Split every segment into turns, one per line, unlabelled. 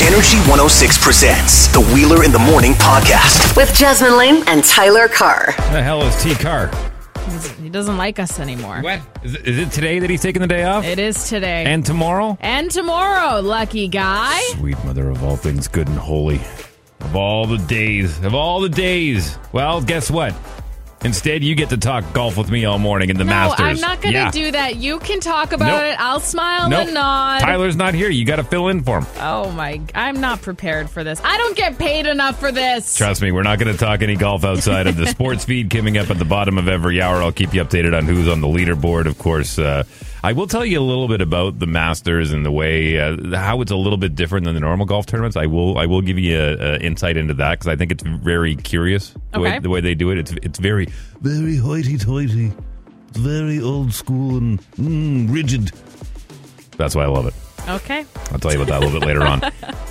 Energy 106 presents the Wheeler in the Morning podcast.
with Jasmine Lane and Tyler Carr.
The hell is T Car?
He doesn't like us anymore.
What is it, is it today that he's taking the day off?
It is today.
and tomorrow?
And tomorrow, lucky guy.
Sweet mother of all things good and holy. Of all the days, of all the days. Well, guess what? Instead, you get to talk golf with me all morning in the
No,
Masters.
I'm not going to
Yeah.
do that. You can talk about
Nope.
it. I'll smile
Nope.
and nod.
Tyler's not here. You got to fill in for him.
Oh my! I'm not prepared for this. I don't get paid enough for this.
Trust me, we're not going to talk any golf outside of the sports feed coming up at the bottom of every hour. I'll keep you updated on who's on the leaderboard. Of course, uh, I will tell you a little bit about the Masters and the way uh, how it's a little bit different than the normal golf tournaments. I will I will give you a, a insight into that because I think it's very curious the, way,
Okay.
the way they do it. It's it's very very hoity toity, very old school and mm, rigid. That's why I love it.
Okay.
I'll tell you about that a little bit later on.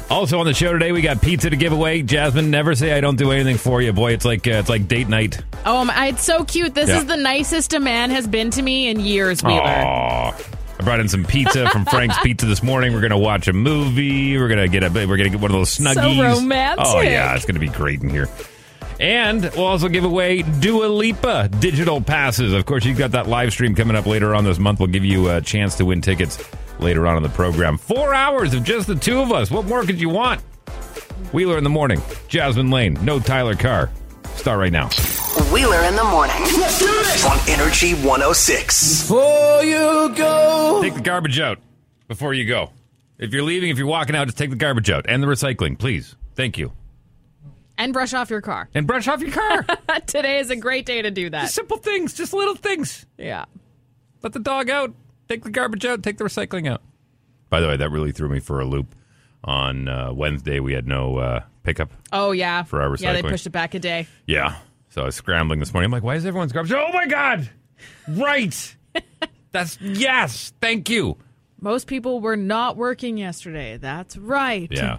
Also on the show today, we got pizza to give away. Jasmine, never say I don't do anything for you, boy. It's like uh, it's like date night.
Oh my! It's so cute. This
Yeah.
is the nicest a man has been to me in years, Wheeler.
Aw. I brought in some pizza from Frank's Pizza this morning. We're gonna watch a movie. We're gonna get a we're gonna get one of those snuggies.
romantic.
Oh yeah, it's gonna be great in here. And we'll also give away Dua Lipa digital passes. Of course, you've got that live stream coming up later on this month. We'll give you a chance to win tickets later on in the program. Four hours of just the two of us. What more could you want? Wheeler in the morning. Jasmine Lane. No Tyler Carr. Start right now.
Wheeler in the morning.
On Energy 106.
Take the garbage out before you go. If you're leaving, if you're walking out, just take the garbage out and the recycling, please. Thank you.
And brush off your car.
And brush off your car.
Today is a great day to do that.
Simple things, just little things.
Yeah.
Let the dog out. Take the garbage out. Take the recycling out. By the way, that really threw me for a loop. On uh, Wednesday, we had no uh, pickup.
Oh yeah.
For our
Yeah, they
recycling.
pushed it back a day.
Yeah. So I was scrambling this morning. I'm like, why is everyone's garbage? Oh my God. Right. That's yes. Thank you.
Most people were not working yesterday. That's right.
Yeah.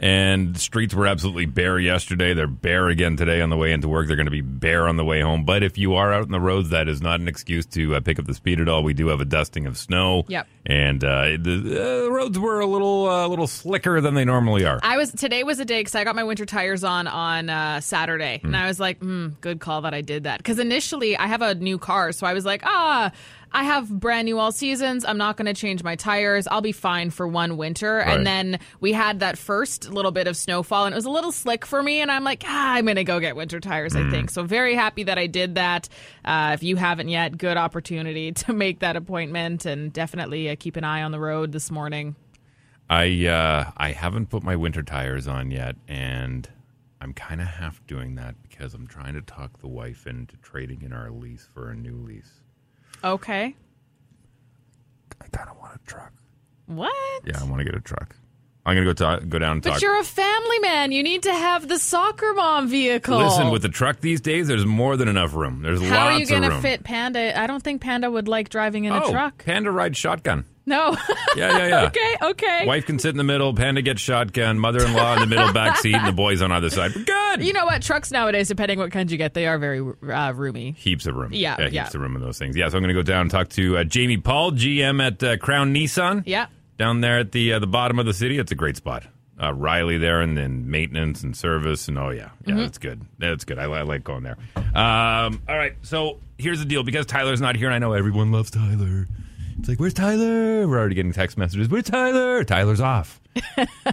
and the streets were absolutely bare yesterday. They're bare again today on the way into work. They're going to be bare on the way home. But if you are out on the roads, that is not an excuse to uh, pick up the speed at all. We do have a dusting of snow.
Yep.
And uh, the uh, roads were a little uh, little slicker than they normally are.
I was today was a day because I got my winter tires on on uh, Saturday, and I was like, mm, "Good call that I did that." Because initially, I have a new car, so I was like, "Ah, I have brand new all seasons. I'm not going to change my tires. I'll be fine for one winter."
Right.
And then we had that first little bit of snowfall, and it was a little slick for me, and I'm like, "Ah, I'm going to go get winter tires." I think so. Very happy that I did that. Uh, if you haven't yet, good opportunity to make that appointment, and definitely uh, keep an eye on the road this morning.
I uh, I haven't put my winter tires on yet, and I'm kind of half doing that because I'm trying to talk the wife into trading in our lease for a new lease.
Okay,
I kind of want a truck.
what?
Yeah, I want to get a truck. I'm gonna go ta- go down and
But
talk.
you're a family man. You need to have the soccer mom vehicle.
Listen, with the truck these days, there's more than enough room. There's
how
lots
are you
of
gonna
room.
fit Panda? I don't think Panda would like driving in
oh,
a truck.
Panda rides shotgun.
No.
Yeah, yeah, yeah.
okay. Okay.
Wife can sit in the middle. Panda gets shotgun. Mother-in-law in the middle back seat, and the boys on either side. Good.
You know what? Trucks nowadays, depending what kind you get, they are very uh, roomy.
heaps of room.
Yeah,
heaps
yeah.
of room in those things. Yeah, so I'm going to go down and talk to uh, Jamie Paul, GM at uh, Crown Nissan.
Yeah.
down there at the uh, the bottom of the city. It's a great spot. Uh, Riley there, and then maintenance and service, and oh yeah,
Mm-hmm.
yeah, that's good. That's good. I, li- I like going there. Um, all right, so here's the deal. Because Tyler's not here, and I know everyone loves Tyler. It's like, where's Tyler? We're already getting text messages. Where's Tyler? Tyler's off.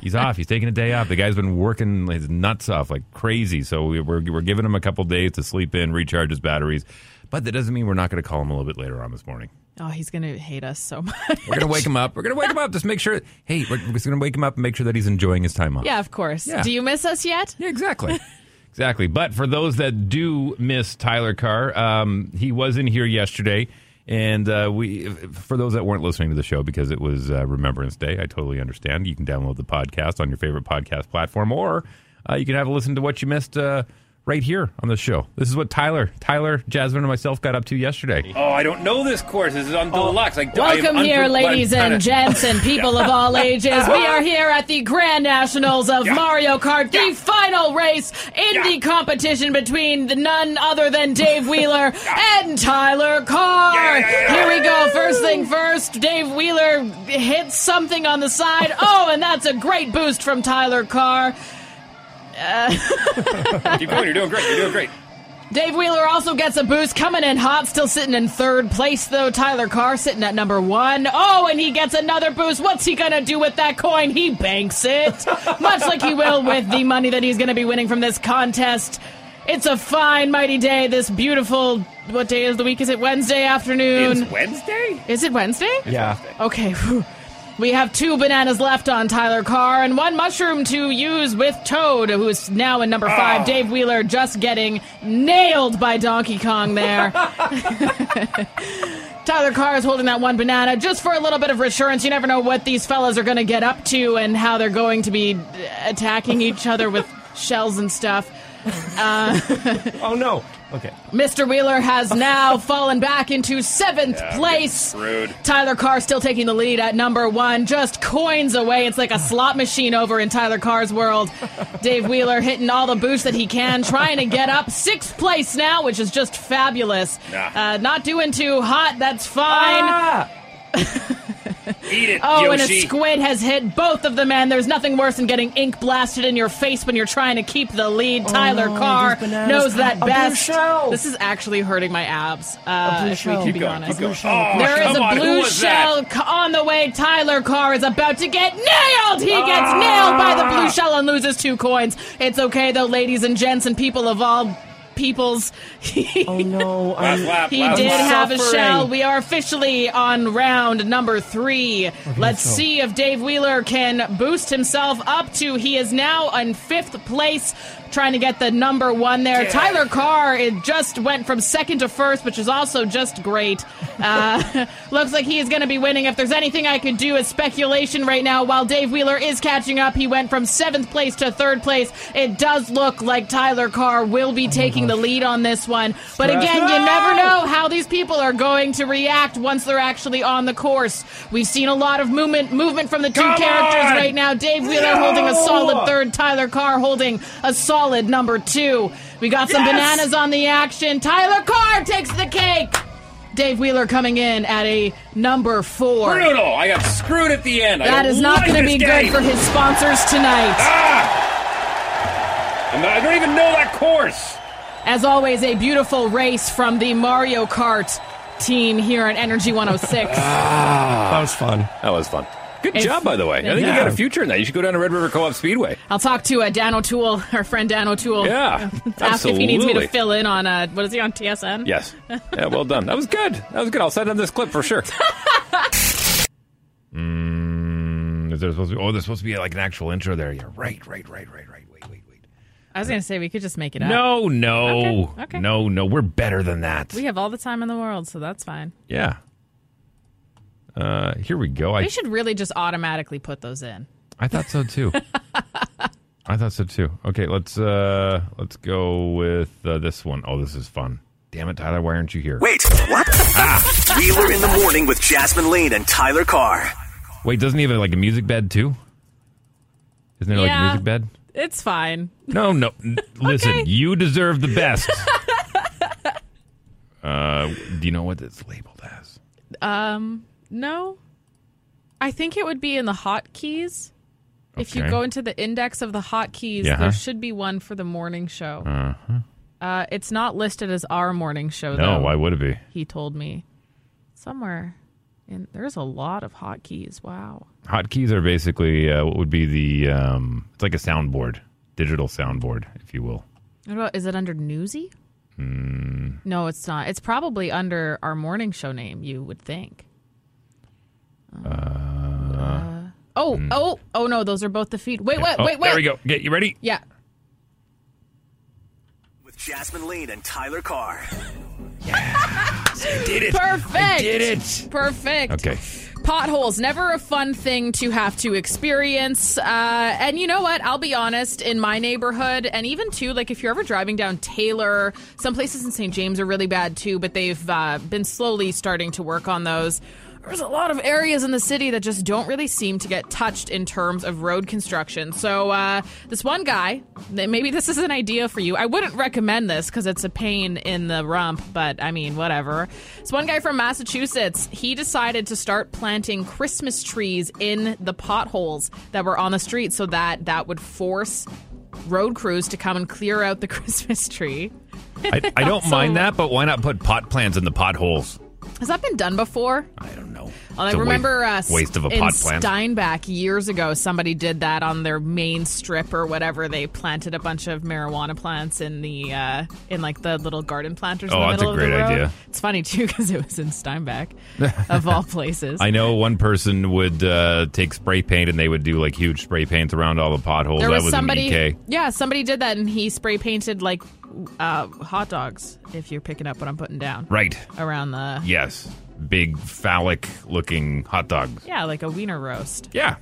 He's off. He's taking a day off. The guy's been working his nuts off like crazy. So we, we're we're giving him a couple days to sleep in, recharge his batteries. But that doesn't mean we're not going to call him a little bit later on this morning.
Oh, he's gonna hate us so much.
We're gonna wake him up. We're gonna wake him up. Just make sure. Hey, we're we're just gonna wake him up and make sure that he's enjoying his time off.
yeah, of course.
Yeah.
Do you miss us yet?
Yeah, exactly. exactly. But for those that do miss Tyler Carr, um, he was in here yesterday. And uh, we, for those that weren't listening to the show because it was uh, Remembrance Day, I totally understand. You can download the podcast on your favorite podcast platform, or uh, you can have a listen to what you missed uh, right here on the show. This is what Tyler, Tyler, Jasmine, and myself got up to yesterday.
Oh, I don't know this course. This is on deluxe. Like, I am
Oh. Welcome here,
unpre-
ladies
I'm
and
kinda-
gents and people of all ages. We are here at the Grand Nationals of Mario Kart, the final race in the competition between the none other than Dave Wheeler and Tyler Carr. Here we go. First thing first, Dave Wheeler hits something on the side. Oh, and that's a great boost from Tyler Carr.
Keep going. You're doing great. You're doing great.
Dave Wheeler also gets a boost, coming in hot, still sitting in third place though. Tyler Carr sitting at number one. Oh, and he gets another boost. What's he gonna do with that coin? He banks it, much like he will with the money that he's gonna be winning from this contest. It's a fine, mighty day. This beautiful, what day is the week? Is it Wednesday afternoon?
It's Wednesday?
is it Wednesday?
Yeah.
Okay. whew. We have two bananas left on Tyler Carr and one mushroom to use with Toad, who is now in number five. Dave Wheeler just getting nailed by Donkey Kong there. Tyler Carr is holding that one banana just for a little bit of reassurance. You never know what these fellas are going to get up to and how they're going to be attacking each other with shells and stuff.
Oh no. Okay.
Mr. Wheeler has now fallen back into seventh place.
Rude.
Tyler Carr still taking the lead at number one, just coins away. It's like a slot machine over in Tyler Carr's world. Dave Wheeler hitting all the boosts that he can, trying to get up sixth place now, which is just fabulous.
Nah.
Uh, not doing too hot, that's fine.
Eat it,
Oh, and a
Yoshi.
squid has hit both of them, and there's nothing worse than getting ink blasted in your face when you're trying to keep the lead. Tyler Carr
Oh, bananas.
knows that
A blue
best.
shell.
This is actually hurting my abs.
A
Uh,
blue
if we
shell.
can
Keep
be
going,
honest.
keep going. Oh,
There is
come
a
on, who
blue
was
shell
that?
c- on the way. Tyler Carr is about to get nailed. He gets
Ah.
nailed by the blue shell and loses two coins. It's okay though, ladies and gents and people of all peoples.
Oh no.
Lap,
I'm,
lap,
He
lap,
did
lap.
have a
Suffering.
shell. We are officially on round number three. Let's
so-
see if Dave Wheeler can boost himself up to. He is now in fifth place, trying to get the number one there. Tyler Carr, it just went from second to first, which is also just great. Uh, looks like he is going to be winning. If there's anything I could do, is speculation right now. While Dave Wheeler is catching up, he went from seventh place to third place. It does look like Tyler Carr will be taking the lead on this one, but
Stress.
again, you
No!
never know how these people are going to react once they're actually on the course. We've seen a lot of movement movement from the two
Come
characters
on!
right now. Dave Wheeler
No!
holding a solid third, Tyler Carr holding a solid number two. We got some
Yes!
bananas on the action. Tyler Carr takes the cake. Dave Wheeler coming in at a number four.
Brutal. I got screwed at the end. I
That
don't
is not
like
going to
this
be
game.
good for his sponsors tonight.
Ah! I'm not- I don't even know that course.
As always, a beautiful race from the Mario Kart team here at Energy 106.
Ah.
that was fun.
That was fun. Good
It's-
job, by the way. I think
Yeah.
you got a future in that. You should go down to Red River Co-op Speedway.
I'll talk to uh, Dan O'Toole, our friend Dan O'Toole.
Yeah,
Ask if he needs me to
absolutely.
fill in on, uh, what is he on TSN?
Yes. Yeah, well done. That was good. That was good. I'll send them this clip for sure.
Mm, Is there supposed to be, oh, there's supposed to be like an actual intro there. Yeah, right, right, right, right, right. Wait, wait, wait.
I was going to say we could just make it up.
No, no,
Okay, okay.
no, no. We're better than that.
We have all the time in the world, so that's fine.
yeah. Uh, here we go. I
We should really just automatically put those in.
I thought so too. I thought so too. Okay, let's uh let's go with uh, this one. Oh, this is fun. Damn it, Tyler, why aren't you here?
Wait, what? Wheeler in the morning with Jasmine Lane and Tyler Carr.
Wait, doesn't he have like a music bed too? Isn't there like a
Yeah.
music bed?
It's fine.
No, no. N- Listen, you deserve the best. uh, do you know what it's labeled as?
No. I think it would be in the hotkeys. If you
Okay.
go into the index of the hotkeys,
Yeah.
there should be one for the morning show. Uh-huh. it's not listed as our morning show,
No,
though.
why would it be?
He told me somewhere. And there's a lot of hotkeys. Wow.
Hotkeys are basically uh, what would be the um, it's like a soundboard, digital soundboard, if you will.
What about, is it under Newsy?
Hmm.
No, it's not. It's probably under our morning show name, you would think. Uh, oh, oh, oh no, those are both the feed. Wait, Uh, wait,
hmm. Oh,
wait, wait.
There we go. Get you ready?
Yeah.
With Jasmine Lane and Tyler Carr.
Did it?
Perfect.
Did it?
Perfect.
Okay.
Potholes, never a fun thing to have to experience. Uh, and you know what? I'll be honest, in my neighborhood, and even too, like if you're ever driving down Taylor, some places in St. James are really bad too, but they've uh, been slowly starting to work on those. There's a lot of areas in the city that just don't really seem to get touched in terms of road construction. So, uh, this one guy, th- maybe this is an idea for you. I wouldn't recommend this because it's a pain in the rump, but I mean, whatever. This one guy from Massachusetts, he decided to start planting Christmas trees in the potholes that were on the street so that that would force road crews to come and clear out the Christmas tree.
I, I don't mind that, but why not put pot plants in the potholes?
Has that been done before?
I don't know.
Well, I
It's a wa-
remember uh,
waste of a
in
pot plant.
Steinbach years ago, somebody did that on their main strip or whatever. They planted a bunch of marijuana plants in the uh, in like the little garden planters.
Oh,
in the
that's a
middle of the
great
road.
idea.
It's funny too because it was in Steinbach, of all places.
I know one person would uh, take spray paint and they would do like huge spray paints around all the potholes.
there
that
was,
was
somebody,
in EK.
yeah, somebody did that, and he spray painted like uh, hot dogs. If you're picking up what I'm putting down,
Right.
around the
Yes. Big phallic looking hot dogs.
yeah, like a wiener roast.
Yeah.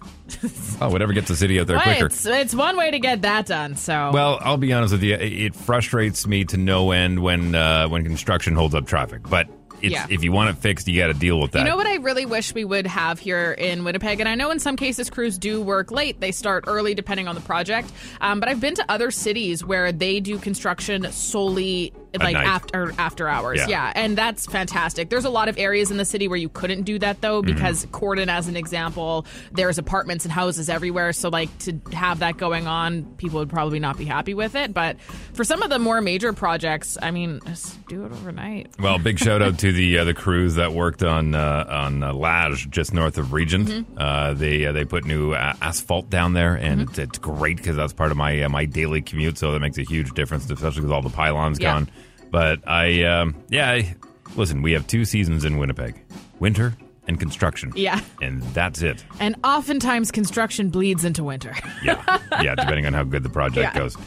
oh, whatever gets the city out there
But
quicker.
it's it's one way to get that done. So
Well, I'll be honest with you. i- It frustrates me to no end when uh, when construction holds up traffic. But it's,
Yeah.
if you want it fixed, you got to deal with that.
You know what I really wish we would have here in Winnipeg, and I know in some cases crews do work late; they start early depending on the project. Um, but I've been to other cities where they do construction solely like
night.
after after hours.
Yeah.
Yeah. and that's fantastic. There's a lot of areas in the city where you couldn't do that though,
Mm-hmm.
because Corden, as an example, there's apartments and houses everywhere. So like to have that going on, people would probably not be happy with it. But for some of the more major projects, I mean, just do it overnight.
Well, big shout out to the uh, the crews that worked on uh, on uh, Lage just north of Regent.
Mm-hmm.
Uh, they uh, they put new uh, asphalt down there, and it's, it's great because that's part of my uh, my daily commute. So that makes a huge difference, especially with all the pylons
Yeah.
gone. But I um, yeah, I, listen, we have two seasons in Winnipeg: winter and construction.
Yeah.
and that's it.
And oftentimes construction bleeds into winter.
Yeah, yeah, depending on how good the project
Yeah.
goes.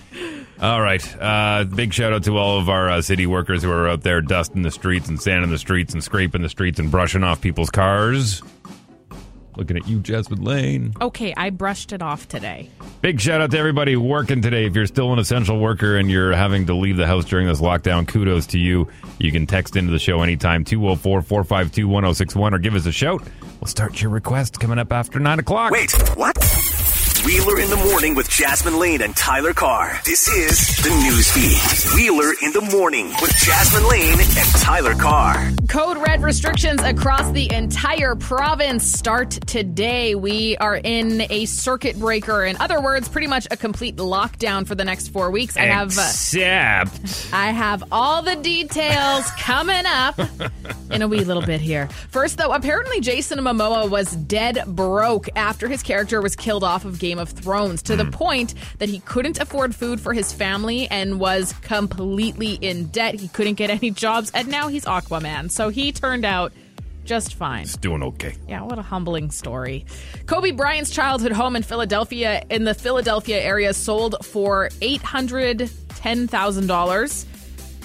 All right. Uh, big shout out to all of our uh, city workers who are out there dusting the streets and sanding the streets and scraping the streets and brushing off people's cars. Looking at you, Jasmine Lane.
okay, I brushed it off today.
Big shout out to everybody working today. If you're still an essential worker and you're having to leave the house during this lockdown, kudos to you. You can text into the show anytime, 204 452 1061, or give us a shout. We'll start your request coming up after 9 o'clock.
Wait, what? Wheeler in the morning with Jasmine Lane and Tyler Carr. This is the news feed. Wheeler in the morning with Jasmine Lane and Tyler Carr.
Code red restrictions across the entire province start today. We are in a circuit breaker. In other words, pretty much a complete lockdown for the next four weeks. I have. uh,
Except.
I have all the details coming up in a wee little bit here. First, though, apparently Jason Momoa was dead broke after his character was killed off of Game of Thrones to the point that he couldn't afford food for his family and was completely in debt. He couldn't get any jobs, and now he's Aquaman. So he turned out just fine.
Doing okay.
Yeah, what a humbling story. Kobe Bryant's childhood home in Philadelphia, in the Philadelphia area, sold for eight hundred ten thousand dollars.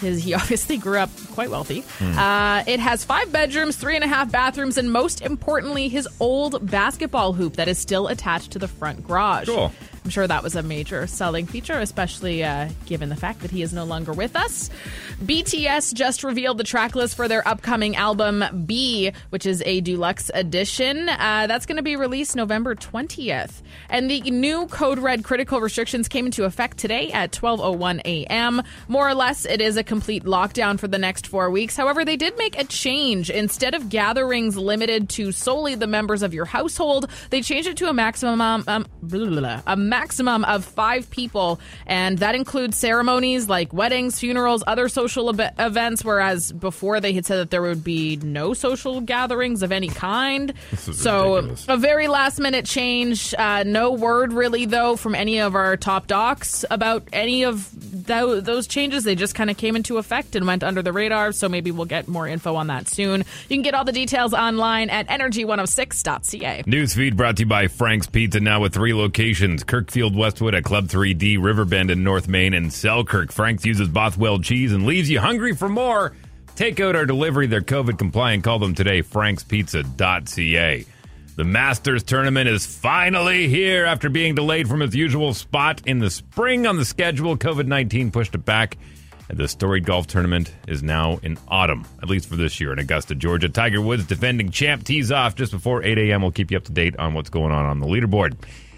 His, he obviously grew up quite wealthy. Uh, it has five bedrooms, three and a half bathrooms, and most importantly, his old basketball hoop that is still attached to the front garage.
Cool.
I'm sure that was a major selling feature, especially uh, given the fact that he is no longer with us. BTS just revealed the track list for their upcoming album B, which is a deluxe edition. Uh, that's going to be released November 20th. And the new Code Red critical restrictions came into effect today at 12:01 a.m. More or less, it is a complete lockdown for the next four weeks. However, they did make a change. Instead of gatherings limited to solely the members of your household, they changed it to a maximum um, um, blah, blah, blah, a maximum of five people, and that includes ceremonies like weddings, funerals, other social eb- events. Whereas before, they had said that there would be no social gatherings of any kind.
is
So
ridiculous.
a very last minute change. Uh, no word really though from any of our top docs about any of tho- those changes. They just kind of came into effect and went under the radar. So maybe we'll get more info on that soon. You can get all the details online at energy106.ca.
Newsfeed brought to you by Frank's Pizza, now with three locations Kirkfield, Westwood, at Club 3D, Riverbend in North Main, and Selkirk. Frank's uses Bothwell cheese and leaves you hungry for more. Take out or delivery, they're COVID compliant. Call them today, frankspizza.ca. The Masters tournament is finally here after being delayed from its usual spot in the spring on the schedule. COVID 19 pushed it back. And the storied golf tournament is now in autumn, at least for this year in Augusta, Georgia. Tiger Woods, defending champ, tees off just before 8 a.m. We'll keep you up to date on what's going on on the leaderboard.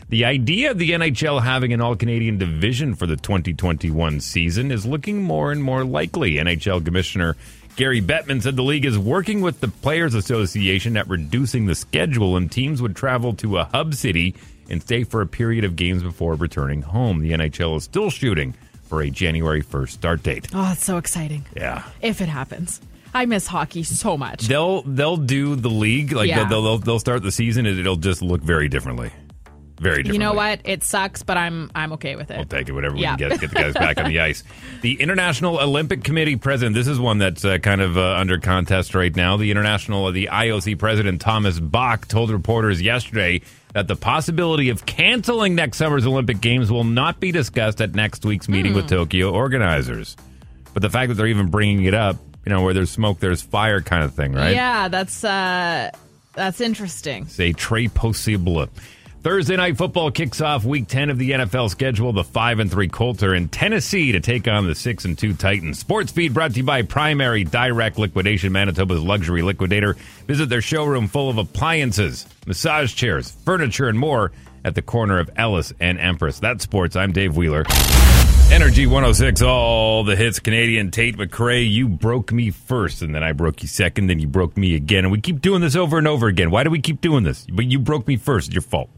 The idea of the NHL having an all Canadian division for the 2021 season is looking more and more likely. NHL Commissioner Gary Bettman said the league is working with the Players Association at reducing the schedule, and teams would travel to a hub city and stay for a period of games before returning home. The NHL is still shooting for a January 1st start date.
Oh, it's so exciting.
Yeah.
If it happens. I miss hockey so much.
They'll they'll do the league like
Yeah.
they'll, they'll they'll start the season and it'll just look very differently, very differently.
You know what? It sucks, but I'm I'm okay with
I'll
it.
take it. Whatever
Yeah.
we can get, get the guys back on the ice. The International Olympic Committee president. This is one that's uh, kind of uh, under contest right now. The international, uh, the IOC president Thomas Bach told reporters yesterday that the possibility of canceling next summer's Olympic Games will not be discussed at next week's meeting
Hmm.
with Tokyo organizers. But the fact that they're even bringing it up, you know, where there's smoke, there's fire, kind of thing, right?
Yeah, that's uh that's interesting.
Say Trey Posible. Thursday night football kicks off week 10 of the NFL schedule. The 5 and 3 Colts are in Tennessee to take on the 6 and 2 Titans. Sports Feed brought to you by Primary Direct Liquidation, Manitoba's luxury liquidator. Visit their showroom full of appliances, massage chairs, furniture, and more at the corner of Ellis and Empress. That's sports. I'm Dave Wheeler. Energy 106, all the hits. Canadian Tate McRae, you broke me first, and then I broke you second, then you broke me again. And we keep doing this over and over again. Why do we keep doing this? But you broke me first. It's your fault.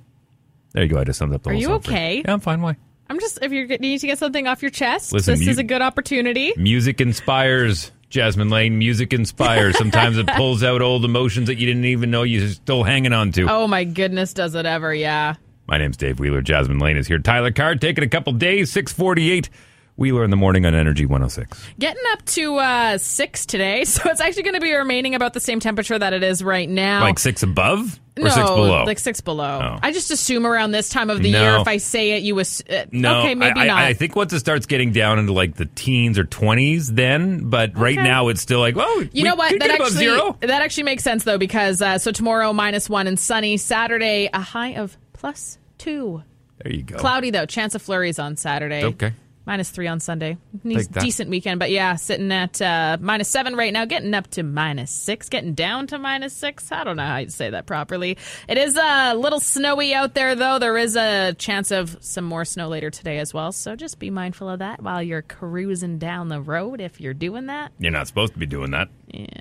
There you go. I just summed up the
Are
whole
you
song for
okay?
Yeah, I'm fine. Why?
I'm just if you need to get something off your chest,
Listen,
this
you-
is a good opportunity.
Music inspires, Jasmine Lane. Music inspires. Sometimes it pulls out old emotions that you didn't even know you're still hanging on to.
Oh my goodness, does it ever? Yeah.
My name's Dave Wheeler. Jasmine Lane is here. Tyler Carr taking a couple days, 648. Wheeler in the morning on Energy 106.
Getting up to uh 6 today, so it's actually going to be remaining about the same temperature that it is right now.
Like six above or
no,
six below?
like six below.
Oh.
I just assume around this time of the
No.
year, if I say it, you was uh,
No,
okay, maybe
I, I-
not.
I think once it starts getting down into like the teens or twenties, then. But right
Okay.
now, it's still like, oh,
You know what?
That
That
above
actually uh,
zero.
that actually makes sense though because uh, so tomorrow minus one and sunny. Saturday a high of plus two.
There you go.
Cloudy though, chance of flurries on Saturday.
Okay.
Minus three on Sunday.
Take that.
Decent weekend, but yeah, sitting at uh, minus seven right now, getting up to minus six, getting down to minus six. I don't know how you say that properly. It is a little snowy out there though. There is a chance of some more snow later today as well. So just be mindful of that while you're cruising down the road if you're doing that.
You're not supposed to be doing that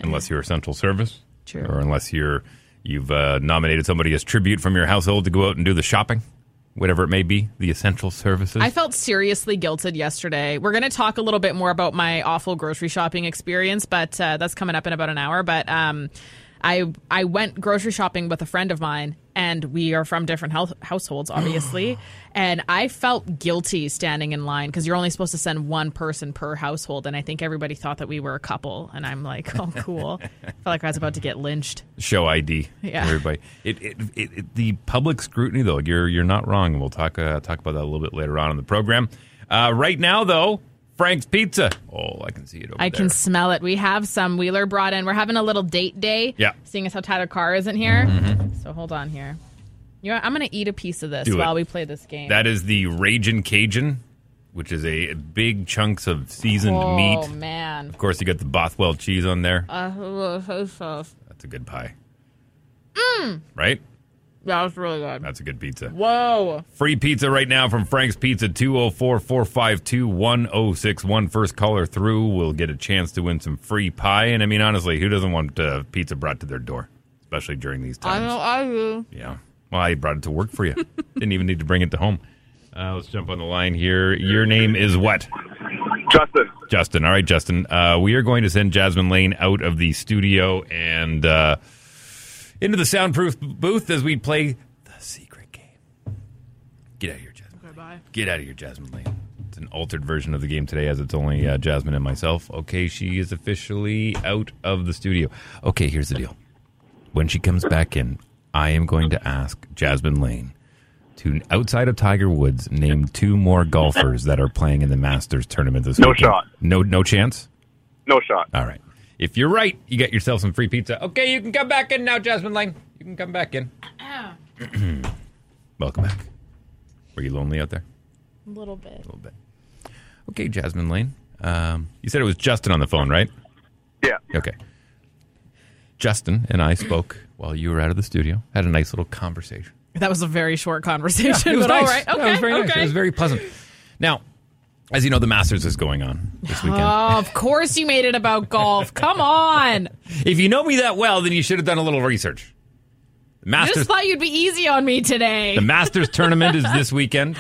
unless you're essential service,
True.
or unless you're you've uh, nominated somebody as tribute from your household to go out and do the shopping, whatever it may be. The essential services.
I felt seriously guilted yesterday. We're going to talk a little bit more about my awful grocery shopping experience, but uh, that's coming up in about an hour. But um, I I went grocery shopping with a friend of mine, and we are from different health households, obviously. and I felt guilty standing in line because you're only supposed to send one person per household, and I think everybody thought that we were a couple. And I'm like, oh, cool. I felt like I was about to get lynched.
Show ID.
Yeah.
Everybody. It, it, it, it- the public scrutiny, though. You're you're not wrong. We'll talk uh, talk about that a little bit later on in the program. Uh, right now, though, Frank's Pizza. Oh, I can see it over
I
there.
can smell it. We have some Wheeler brought in. We're having a little date day.
Yeah. Mm-hmm.
Seeing as how Tyler Carr isn't here. So hold on here. You know, what? I'm going to eat a piece of this
Do it.
while we play this game.
That is the Ragin' Cajun, which is a big chunks of seasoned
oh,
meat.
man.
Of course, you got the Bothwell cheese on there.
Uh, so sauce.
That's a good pie.
Mm.
Right?
That was really good.
That's a good pizza.
Whoa.
Free pizza right now from Frank's Pizza, 204 452 1061. First caller through will get a chance to win some free pie. And I mean, honestly, who doesn't want uh, pizza brought to their door, especially during these times?
I do.
Yeah. Well, I brought it to work for you. Didn't even need to bring it to home. Uh, let's jump on the line here. Your name is what?
Justin,
Justin. All right, Justin. Uh, we are going to send Jasmine Lane out of the studio and uh, into the soundproof booth as we play the secret game. Get out of here, Jasmine. Okay, bye. Get out of here, Jasmine Lane. It's an altered version of the game today, as it's only uh, Jasmine and myself. Okay, she is officially out of the studio. Okay, here's the deal. When she comes back in, I am going to ask Jasmine Lane to outside of Tiger Woods, name two more golfers that are playing in the Masters tournament this
No
weekend.
shot.
No no chance?
no shot.
All right. If you're right, you got yourself some free pizza. Okay, you can come back in now, Jasmine Lane. You can come back in. Welcome back. Were you lonely out there?
A little bit.
A little bit. Okay, Jasmine Lane. Um, you said it was Justin on the phone, right?
Yeah.
Okay. Justin and I spoke while you were out of the studio. Had a nice little conversation.
That was a very short conversation,
It was
but
nice.
all right.
Yeah,
Okay.
it was very
okay.
nice. It was very pleasant. Now, as you know, the Masters is going on this weekend.
Oh, of course you made it about golf. Come on.
if you know me that well, then you should have done a little research. The Masters,
Just thought you'd be easy on me today.
the Masters tournament is this weekend.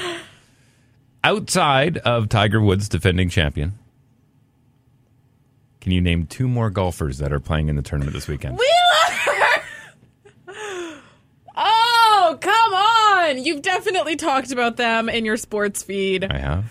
Outside of Tiger Woods, defending champion, can you name two more golfers that are playing in the tournament this weekend?
Oh, come on. You've definitely talked about them in your sports feed,
I have.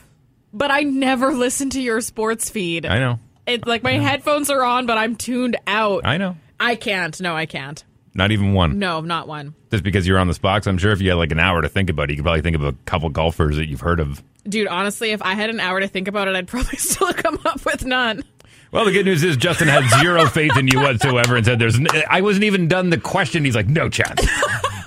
but I never listen to your sports feed.
I know.
It's like my headphones are on, but I'm tuned out.
I know.
I can't. No, I can't.
Not even one.
No, not one.
Just because you're on the spot, 'cause I'm sure if you had like an hour to think about it, you could probably think of a couple golfers that you've heard of.
Dude, honestly, if I had an hour to think about it, I'd probably still come up with none.
Well, the good news is Justin had zero faith in you whatsoever and said, "There's." N- I wasn't even done the question. He's like, "No chance,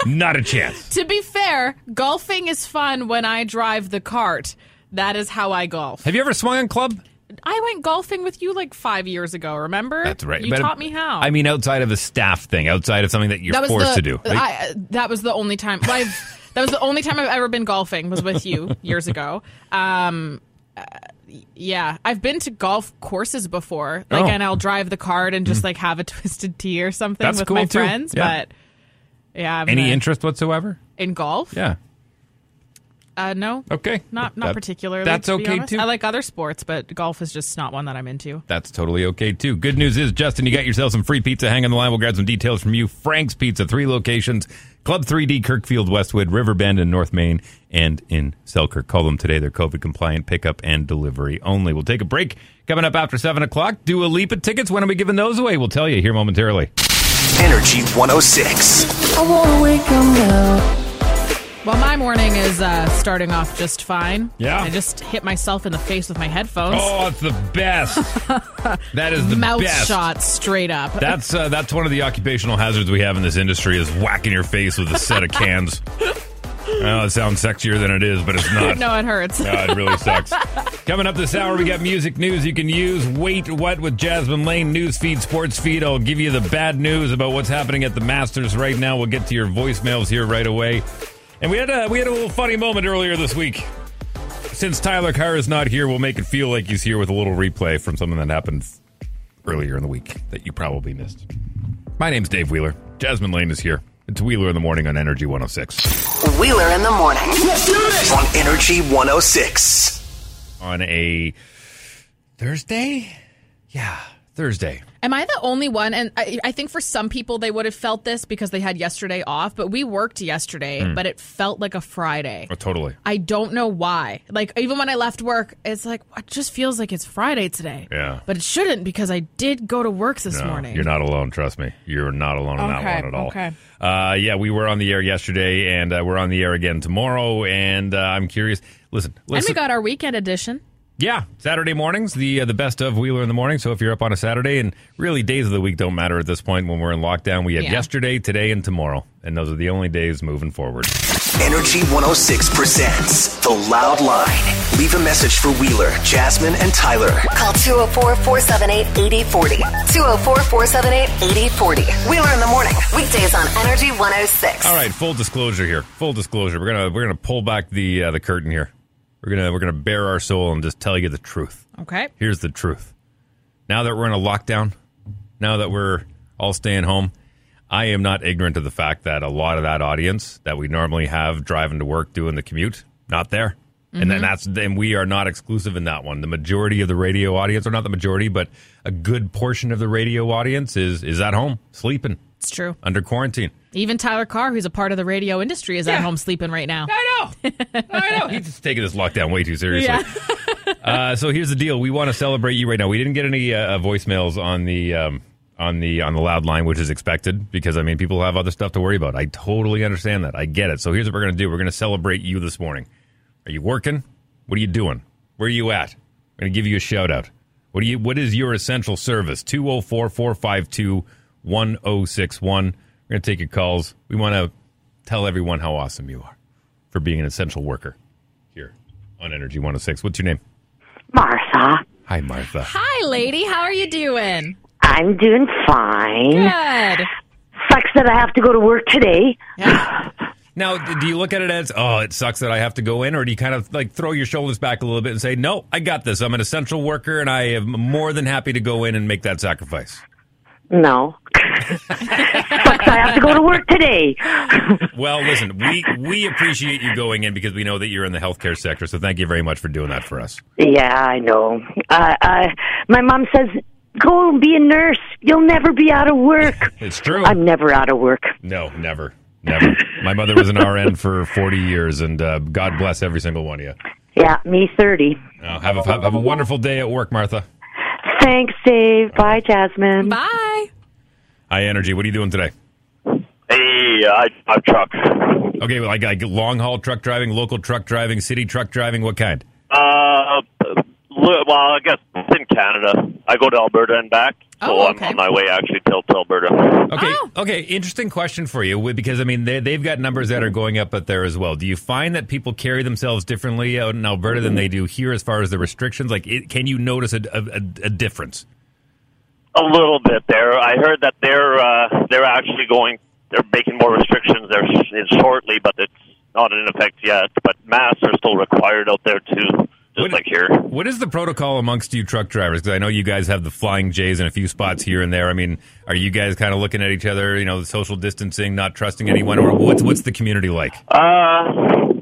not a chance."
To be fair, golfing is fun when I drive the cart. That is how I golf.
Have you ever swung a club?
I went golfing with you like five years ago, remember?
That's right.
You
But-
taught me how.
I mean, outside of a staff thing, outside of something that you're forced to
the,
do. Like,
I, that was the only time. I've, that was the only time I've ever been golfing was with you years ago. Um, uh, yeah, I've been to golf courses before, like,
Oh. Mm.
and I'll drive the cart and just like have a twisted tea or something
That's
with
cool,
my
too.
friends.
Yeah.
But yeah, I'm
Any
not-
interest whatsoever?
in golf?
Yeah.
Uh, no,
Okay.
not not
That-
particularly.
That's
to be
okay
honest.
too.
I like other sports, but golf is just not one that I'm into.
That's totally okay too. Good news is, Justin, you got yourself some free pizza. Hang on the line. We'll grab some details from you. Frank's Pizza, three locations: Club 3D, Kirkfield, Westwood, Riverbend, in North Main, and in Selkirk. Call them today. They're COVID compliant, pickup and delivery only. We'll take a break. Coming up after seven o'clock. Do a leap of tickets. When are we giving those away? We'll tell you here momentarily.
Energy 106.
Well, my morning is uh, starting off just fine.
Yeah.
I just hit myself in the face with my headphones.
Oh, it's the best. that is the
Mouth
best.
shot straight up.
That's uh, that's one of the occupational hazards we have in this industry is whacking your face with a set of cans. Oh, it sounds sexier than it is, but it's not.
no, it hurts.
No, it really sucks. Coming up this hour, we got music news you can use. Wait, what with Jasmine Lane news feed, sports feed. I'll give you the bad news about what's happening at the Masters right now. We'll get to your voicemails here right away. And we had a we had a little funny moment earlier this week. Since Tyler Carr is not here, we'll make it feel like he's here with a little replay from something that happened earlier in the week that you probably missed. My name's Dave Wheeler. Jasmine Lane is here. It's Wheeler in the morning on Energy 106.
Wheeler in the morning.
On Energy 106.
on a Thursday? Yeah, Thursday.
Am I the only one? And I, I think for some people, they would have felt this because they had yesterday off, but we worked yesterday,
Hmm.
but it felt like a Friday.
Oh, totally.
I don't know why. Like, even when I left work, it's like, it just feels like it's Friday today.
Yeah.
But it shouldn't because I did go to work this
No,
morning.
You're not alone. Trust me. You're not alone on
Okay,
that one at all.
okay.
Uh, yeah, we were on the air yesterday, and uh, we're on the air again tomorrow. And uh, I'm curious. Listen,
and
listen.
we got our weekend edition.
yeah, Saturday mornings, the uh, the best of Wheeler in the morning. So if you're up on a Saturday, and really days of the week don't matter at this point when we're in lockdown. We have
Yeah.
yesterday, today, and tomorrow, and those are the only days moving forward.
Energy 106 presents The Loud Line. Leave a message for Wheeler, Jasmine, and Tyler.
Call 204-478-8040. 204-478-8040. Wheeler in the morning. Weekdays on Energy 106.
All right, full disclosure here. Full disclosure. We're gonna we're gonna pull back the uh, the curtain here. We're gonna we're gonna bare our soul and just tell you the truth.
Okay.
Here's the truth. Now that we're in a lockdown, now that we're all staying home, I am not ignorant of the fact that a lot of that audience that we normally have driving to work doing the commute, not there. And then that's then we are not exclusive in that one. The majority of the radio audience, or not the majority, but a good portion of the radio audience is is at home sleeping
It's true.
under quarantine.
Even Tyler Carr, who's a part of the radio industry, is at home sleeping right now.
I know. I know. He's just taking this lockdown way too seriously.
Yeah.
uh, so here's the deal: we want to celebrate you right now. We didn't get any uh, voicemails on the um, on the on the loud line, which is expected because I mean people have other stuff to worry about. I totally understand that. I get it. So here's what we're gonna do: we're gonna celebrate you this morning. Are you working? What are you doing? Where are you at? We're gonna give you a shout out. What do you? What is your essential service? 204-452-1061. We're gonna take your calls. We want to Tell everyone how awesome you are for being an essential worker here on Energy 106. What's your name?
Martha,
Hi, Martha.
Hi, lady. How are you doing?
I'm doing fine.
Good.
Sucks that I have to go to work today.
Now, d- do you look at it as, oh, it sucks that I have to go in, or do you kind of like throw your shoulders back a little bit and say, no, I got this. I'm an essential worker, and I am more than happy to go in and make that sacrifice.
No. Sucks I have to go to work today.
Well, listen, we we appreciate you going in because we know that you're in the healthcare sector. So thank you very much for doing that for us.
yeah, I know. Uh, uh, my mom says, go and be a nurse. You'll never be out of work.
It's true.
I'm never out of work.
no, never, never. My mother was an RN for 40 years, and uh, God bless every single one of you.
Yeah, me 30.
Uh, have a have a wonderful day at work, Martha.
Thanks, Dave. Bye, Jasmine.
Bye.
Hi, Energy. What are you doing today?
Hey, I, I'm Chuck.
Okay, like like long haul truck driving, local truck driving, city truck driving. What kind?
Uh, li- well, I guess it's in Canada. I go to Alberta and back, so
Oh, okay.
I'm on my way actually till to Alberta.
Okay,
Oh.
okay. Interesting question for you wi- because I mean they, they've got numbers that are going up out there as well. Do you find that people carry themselves differently out in Alberta than they do here as far as the restrictions? Like, it, can you notice a, a, a, a difference?
A little bit there. I heard that they're uh, they're actually going. They're making more restrictions there sh- shortly, but it's not in effect yet. But masks are still required out there too, just
What-
like here.
What is the protocol amongst you truck drivers? Because I know you guys have the flying J's in a few spots here and there. I mean, are you guys kind of looking at each other? You know, social distancing, not trusting anyone, or what's what's the community like?
Uh,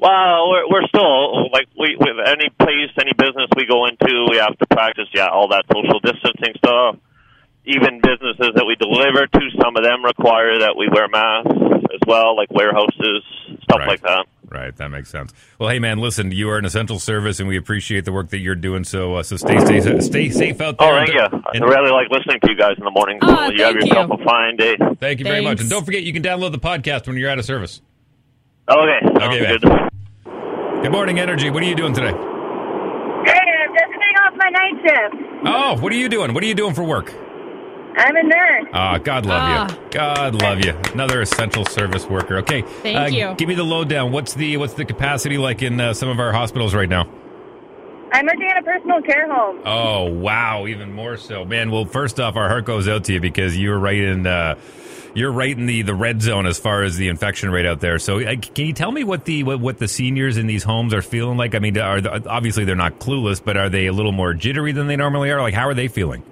well, we're, we're still like we with any place, any business we go into, we have to practice yeah all that social distancing stuff. Even businesses that we deliver to, some of them require that we wear masks as well, like warehouses, stuff
Right.
like that.
Right, that makes sense. Well, hey man, listen, you are an essential service, and we appreciate the work that you're doing. So, uh, so stay stay stay safe out there.
Oh, thank you.
And-
I really like listening to you guys in the morning.
Oh,
So you have
thank
yourself
you.
a fine day.
Thank you very much.
Thanks.
And don't forget, you can download the podcast when you're out of service.
Okay, sounds
man.
good.
Good morning, Energy. What are you doing
Hey,
today?
I'm just getting off my night shift.
Oh, what are you doing? What are you doing for work?
I'm a nurse.
Ah, God love
Ah.
you. God love you. Another essential service worker. Okay.
Thank
uh,
you.
Give me the lowdown. What's the what's the capacity like in uh, some of our hospitals right now?
I'm working at a personal care home.
Oh wow, even more so, man. Well, first off, our heart goes out to you because you're right in uh, you're right in the, the red zone as far as the infection rate out there. So, uh, can you tell me what the what, what the seniors in these homes are feeling like? I mean, are the, obviously they're not clueless, but are they a little more jittery than they normally are? Like, how are they feeling?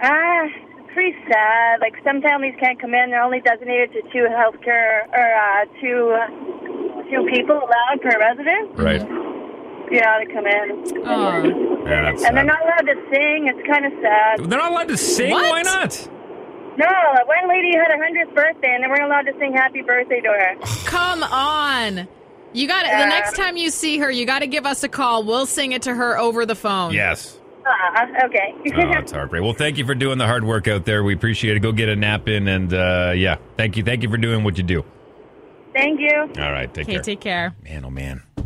Ah, pretty sad. Like some families can't come in. They're only designated to two healthcare or uh, two two people allowed per resident.
Right.
You know to come in,
Oh.
Yeah, that's
and they're
sad.
not allowed to sing. It's kind of sad.
They're not allowed to sing.
What?
Why not?
No, one lady had her hundredth birthday, and they weren't allowed to sing "Happy Birthday" to her.
Come on. You got to The next time you see her, you got to give us a call. We'll sing it to her over the phone.
Yes.
Ah, okay.
Oh, it's heartbreaking. Well, thank you for doing the hard work out there. We appreciate it. Go get a nap in, and uh, yeah, thank you, thank you for doing what you do.
Thank you.
All right, take
Okay,
care.
take care.
man, oh man. You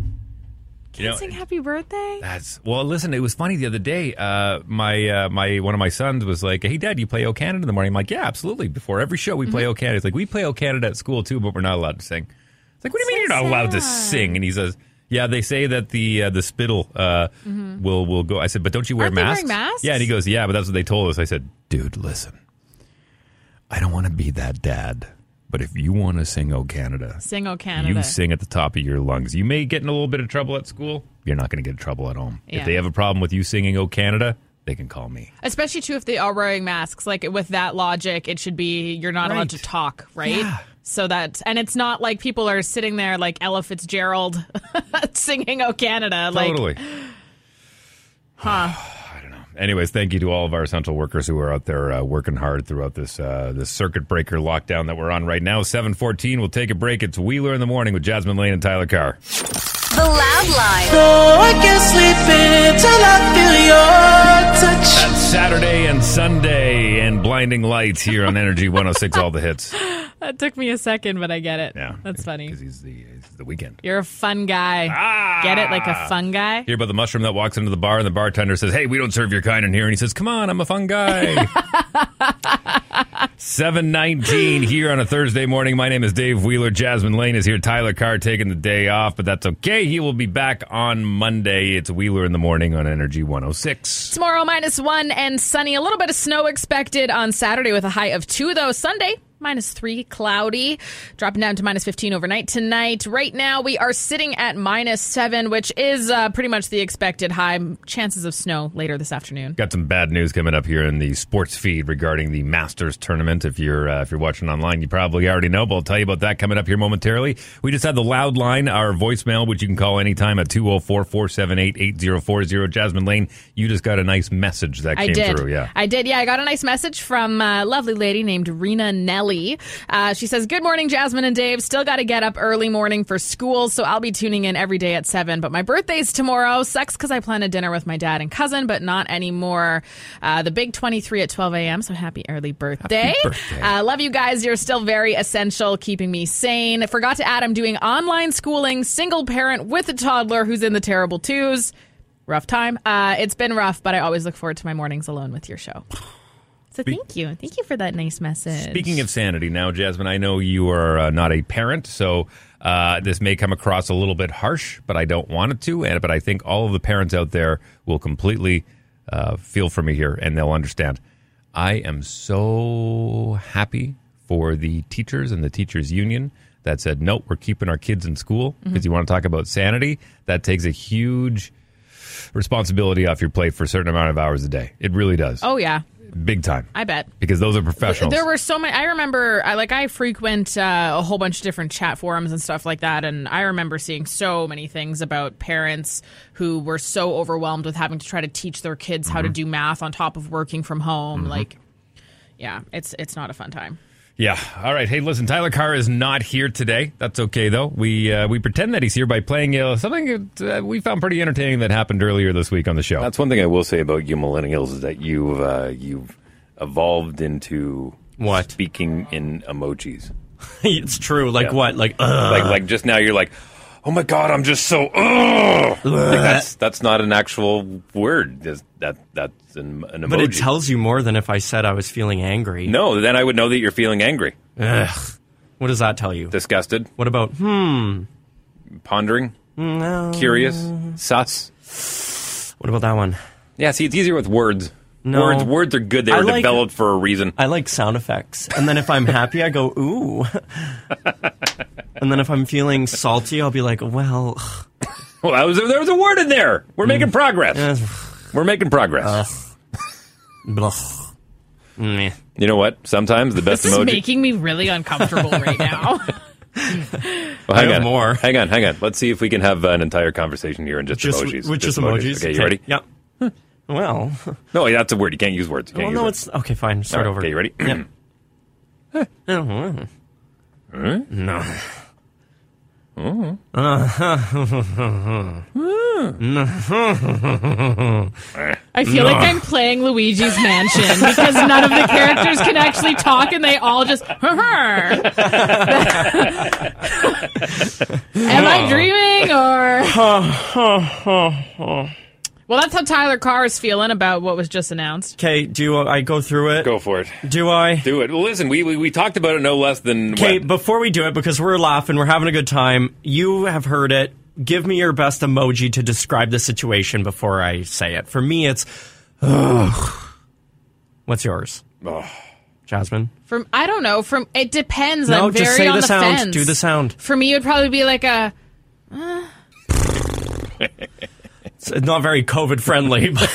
Can
know-
sing happy birthday?
That's well. Listen, it was funny the other day. Uh, my uh, my one of my sons was like, "Hey, Dad, you play O Canada in the morning?" I'm like, "Yeah, absolutely." Before every show, we
Mm-hmm.
play O Canada. He's like, "We play O Canada at school too, but we're not allowed to sing." It's like, "What do you mean you're not allowed to sing?" And he says, "Yeah, they say that the uh, the spittle uh, will will go." I said, "But don't you wear
Mm-hmm. Aren't they
masks?
wearing masks?
Yeah, and he goes, "Yeah, but that's what they told us." I said, "Dude, listen, I don't want to be that dad, but if you want to sing O Canada,
Sing O Canada.
you sing at the top of your lungs. You may get in a little bit of trouble at school. You're not going to get in trouble at home.
Yeah.
If they have a problem with you singing "Oh Canada," they can call me.
Especially too if they are wearing masks. Like with that logic, it should be you're not
Right.
allowed to talk, right? So that and it's not like people are sitting there like Ella Fitzgerald singing "Oh Canada." Like
totally. Huh. I don't know. Anyways, thank you to all of our essential workers who are out there uh, working hard throughout this uh, this circuit breaker lockdown that we're on right now. Seven fourteen. We'll take a break. It's Wheeler in the morning with Jasmine Lane and Tyler Carr.
The Loud Line.
That's Saturday and Sunday and blinding lights here on Energy One Hundred Six. all the hits.
that took me a second, but I get it.
Yeah,
that's funny.
because he's the he's the weekend.
You're a fun guy.
Ah!
Get it? Like a fun guy.
Hear about the mushroom that walks into the bar and the bartender says, Hey, we don't serve your kind in here. And he says, Come on, I'm a fun guy. 719 here on a Thursday morning. My name is Dave Wheeler. Jasmine Lane is here. Tyler Carr taking the day off, but that's okay. He will be back on Monday. It's Wheeler in the morning on Energy 106.
Tomorrow, minus one and sunny. A little bit of snow expected on Saturday with a high of two, though. Sunday, minus three, cloudy, dropping down to minus 15 overnight tonight. Right now, we are sitting at minus seven, which is uh, pretty much the expected high. Chances of snow later this afternoon.
Got some bad news coming up here in the sports feed regarding the Masters tournament. If you're uh, if you're watching online, you probably already know, but I'll tell you about that coming up here momentarily. We just had the loud line, our voicemail, which you can call anytime at 204-478-8040. Jasmine Lane, you just got a nice message that
I
came
did.
through. Yeah.
I did. Yeah, I got a nice message from a lovely lady named Rena Nelly. Uh, she says, Good morning, Jasmine and Dave. Still got to get up early morning for school, so I'll be tuning in every day at 7. But my birthday's tomorrow. Sucks because I plan a dinner with my dad and cousin, but not anymore. Uh, the big 23 at 12 a.m., so happy early birthday.
birthday.
Uh, love you guys. You're still very essential, keeping me sane. Forgot to add, I'm doing online schooling, single parent with a toddler who's in the terrible twos rough time. Uh, it's been rough, but I always look forward to my mornings alone with your show. So
Be-
thank you. Thank you for that nice message.
Speaking of sanity, now Jasmine, I know you are uh, not a parent, so uh, this may come across a little bit harsh, but I don't want it to. And but I think all of the parents out there will completely uh, feel for me here, and they'll understand. I am so happy for the teachers and the teachers union that said, "Nope, we're keeping our kids in school."
Mm-hmm.
Because you want to talk about sanity, that takes a huge responsibility off your plate for a certain amount of hours a day. It really does,
oh yeah,
big time,
I bet.
because those are professionals.
There were so many. I remember, I like, I frequent uh, a whole bunch of different chat forums and stuff like that, and I remember seeing so many things about parents who were so overwhelmed with having to try to teach their kids how to
Mm-hmm.
do math on top of working from home. Like, yeah, it's it's not a fun time.
Yeah. All right. Hey, listen, Tyler Carr is not here today. That's okay though. We uh, we pretend that he's here by playing uh, something that uh, we found pretty entertaining that happened earlier this week on the show.
That's one thing I will say about you millennials is that you've uh, you've evolved into what speaking in emojis.
it's true. Like
Yeah.
what? Like uh,
like like just now you're like, oh my god, I'm just so. Uh. Like, that's that's not an actual word. That's- That that's an, an emoji.
But it tells you more than if I said I was feeling angry.
no, then I would know that you're feeling angry,
Ugh. What does that tell you?
disgusted,
What about hmm?
pondering,
No.
curious, sus.
What about that one?
Yeah, see, it's easier with words.
No.
Words words are good. They
I
were
like-
developed for a reason.
I like sound effects. And then if I'm happy, I go ooh. and then if I'm feeling salty, I'll be like, well,
Well, that was, there was a word in there. We're making
Mm.
progress. We're making progress.
Uh. blah. Meh.
You know what? Sometimes the best
This is
emoji.
making me really uncomfortable right now.
Well, Oh,
I
hang
have
on.
more.
Hang on, hang on. Let's see if we can have an entire conversation here in just,
Just
emojis.
with just emojis.
Okay, you ready?
Yeah. Well,
No, that's a word. You can't use words. You can't
well, no,
use words.
it's okay. Fine, start
All right,
over.
Okay, you ready?
Yeah. No.
I feel like I'm playing Luigi's Mansion because none of the characters can actually talk and they all just. Am I dreaming or. well, that's how Tyler Carr is feeling about what was just announced.
Okay, do I go through it?
Go for it.
Do I?
Do it. Well, listen, we, we, we talked about it no less than
Okay,
what?
before we do it, because we're laughing, we're having a good time. You have heard it. Give me your best emoji to describe the situation before I say it. For me, it's. Ugh. What's yours,
Ugh.
Jasmine?
From I don't know. From it depends.
no,
I'm very
just say
on
the,
the,
sound.
fence.
Do the sound.
For me, it would probably be like a.
It's not very COVID friendly, but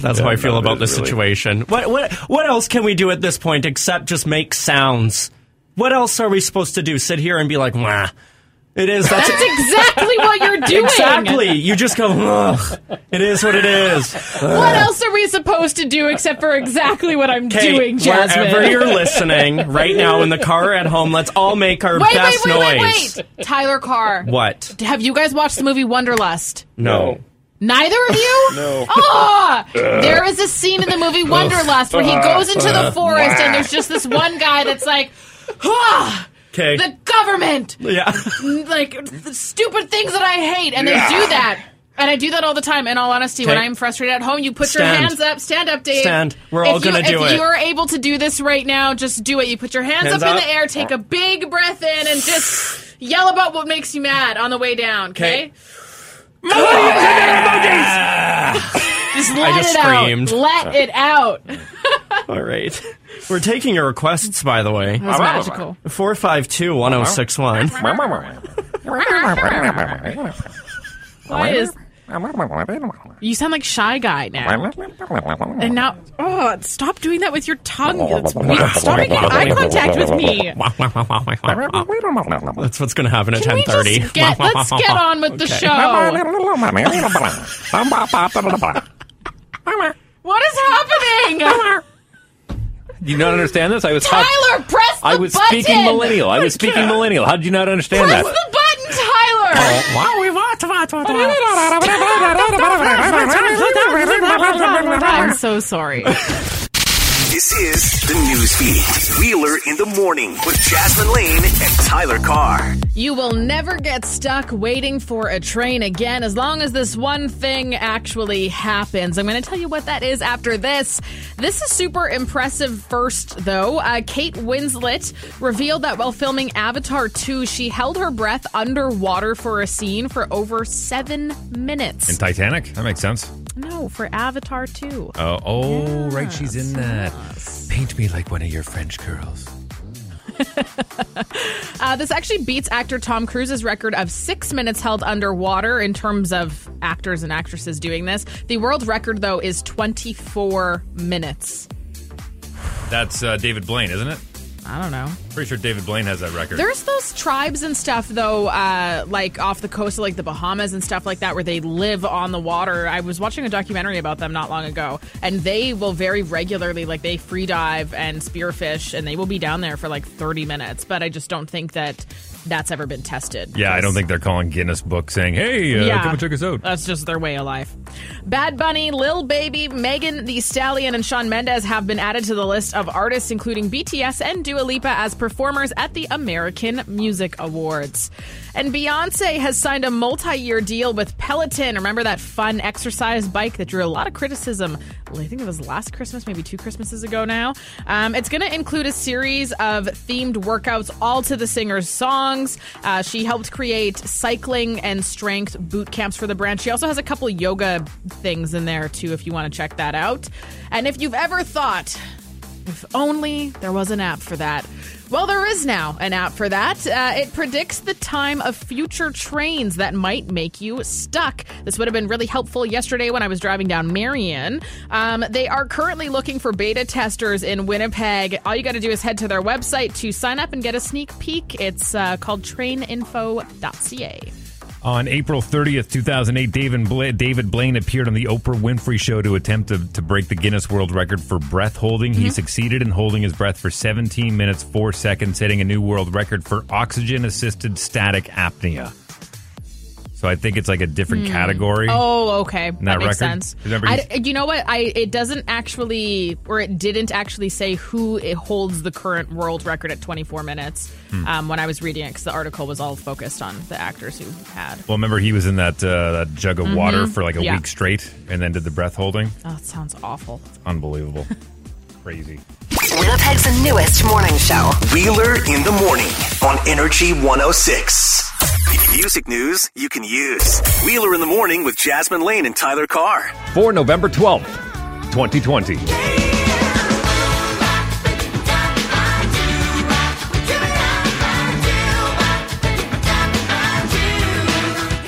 that's how I feel
none of it
about this
is really.
situation. What what what else can we do at this point except just make sounds? What else are we supposed to do? Sit here and be like, "Wah." It is that's
That's exactly what you're doing.
exactly. You just go, "Ugh." It is what it is.
What else are we supposed to do except for exactly what I'm
Okay,
doing, Jasmine?
wherever you're listening right now in the car or at home, let's all make our
wait, wait,
best
wait, wait,
noise.
wait, Tyler Carr.
What?
Have you guys watched the movie Wonderlust?
No.
Neither of you? no. Ah! there is a scene in the movie Wonderlust where he goes into the forest and there's just this one guy that's like, ah,
Okay.
the government,
yeah.
like stupid things that I hate, and they do that. And I do that all the time. In all honesty, when
Okay.
I'm frustrated at home, you put your
Stand.
hands up. Stand up, Dave.
Stand. We're all
If you-
gonna do
If
it.
you are able to do this right now, just do it. You put your hands,
Hands
up, in
up.
the air, take a big breath in, and just yell about what makes you mad on the way down. Okay. Just let
Ah! I just
it out.
screamed. Uh,
Let it out.
All right. We're taking your requests, by the way.
That was magical.
452 1061.
Oh.
Why is you sound like shy guy now? And now, oh, stop doing that with your tongue. That's weird. Stop making eye contact with me.
That's what's going to happen at
Can we
1030.
just get- let's get on with the
show.
What is
Uh,
happening?
Do you not understand this? I was talk-
Tyler, press the
I was
button.
speaking millennial. I was speaking millennial. How did you not understand
Press
that?
the button, Tyler. I'm so sorry.
This is the news feed. Wheeler in the morning with Jasmine Lane and Tyler Carr.
You will never get stuck waiting for a train again as long as this one thing actually happens. I'm going to tell you what that is after this. This is super impressive first, though. Uh, Kate Winslet revealed that while filming Avatar 2, she held her breath underwater for a scene for over seven minutes.
In Titanic? That makes sense.
No, for Avatar 2.
Uh, oh, right. She's in that. Paint me like one of your French girls.
Uh, this actually beats actor Tom Cruise's record of six minutes held underwater in terms of actors and actresses doing this. The world record, though, is 24 minutes.
That's uh, David Blaine, isn't it?
I don't know.
Pretty sure David Blaine has that record.
There's those tribes and stuff, though, uh, like off the coast of like the Bahamas and stuff like that, where they live on the water. I was watching a documentary about them not long ago, and they will very regularly, like, they free dive and spearfish, and they will be down there for like 30 minutes. But I just don't think that that's ever been tested.
yeah, I don't think they're calling Guinness Book saying, hey, uh, come and check us out.
That's just their way of life. Bad Bunny, Lil Baby, Megan the Stallion, and Sean Mendez have been added to the list of artists, including BTS and Dua Lipa, as performers at the American Music Awards. And Beyonce has signed a multi year deal with Peloton. Remember that fun exercise bike that drew a lot of criticism? Well, I think it was last Christmas, maybe two Christmases ago now. Um, it's going to include a series of themed workouts all to the singer's songs. Uh, she helped create cycling and strength boot camps for the brand. She also has a couple yoga things in there too, if you want to check that out. And if you've ever thought, if only there was an app for that. Well, there is now an app for that. Uh, it predicts the time of future trains that might make you stuck. This would have been really helpful yesterday when I was driving down Marion. Um, they are currently looking for beta testers in Winnipeg. All you got to do is head to their website to sign up and get a sneak peek. It's uh, called traininfo.ca.
On April 30th, 2008, David, Bla- David Blaine appeared on the Oprah Winfrey Show to attempt to, to break the Guinness World Record for breath holding.
Mm-hmm.
He succeeded in holding his breath for 17 minutes, 4 seconds, setting a new world record for oxygen assisted static apnea. So I think it's like a different
Hmm.
category.
Oh, okay, that,
that
makes
record?
sense.
Remember
I-
he's-
you know what? I it doesn't actually, or it didn't actually say who it holds the current world record at 24 minutes.
Hmm.
Um, when I was reading it, because the article was all focused on the actors who had.
Well, remember he was in that, uh, that jug of water
Mhm.
for like a
Yeah.
week straight and then did the breath holding.
Oh, it sounds awful.
Unbelievable. Crazy.
Winnipeg's newest morning show.
Wheeler in the morning on Energy 106. Music news you can use. Wheeler in the morning with Jasmine Lane and Tyler Carr.
For November 12th, 2020.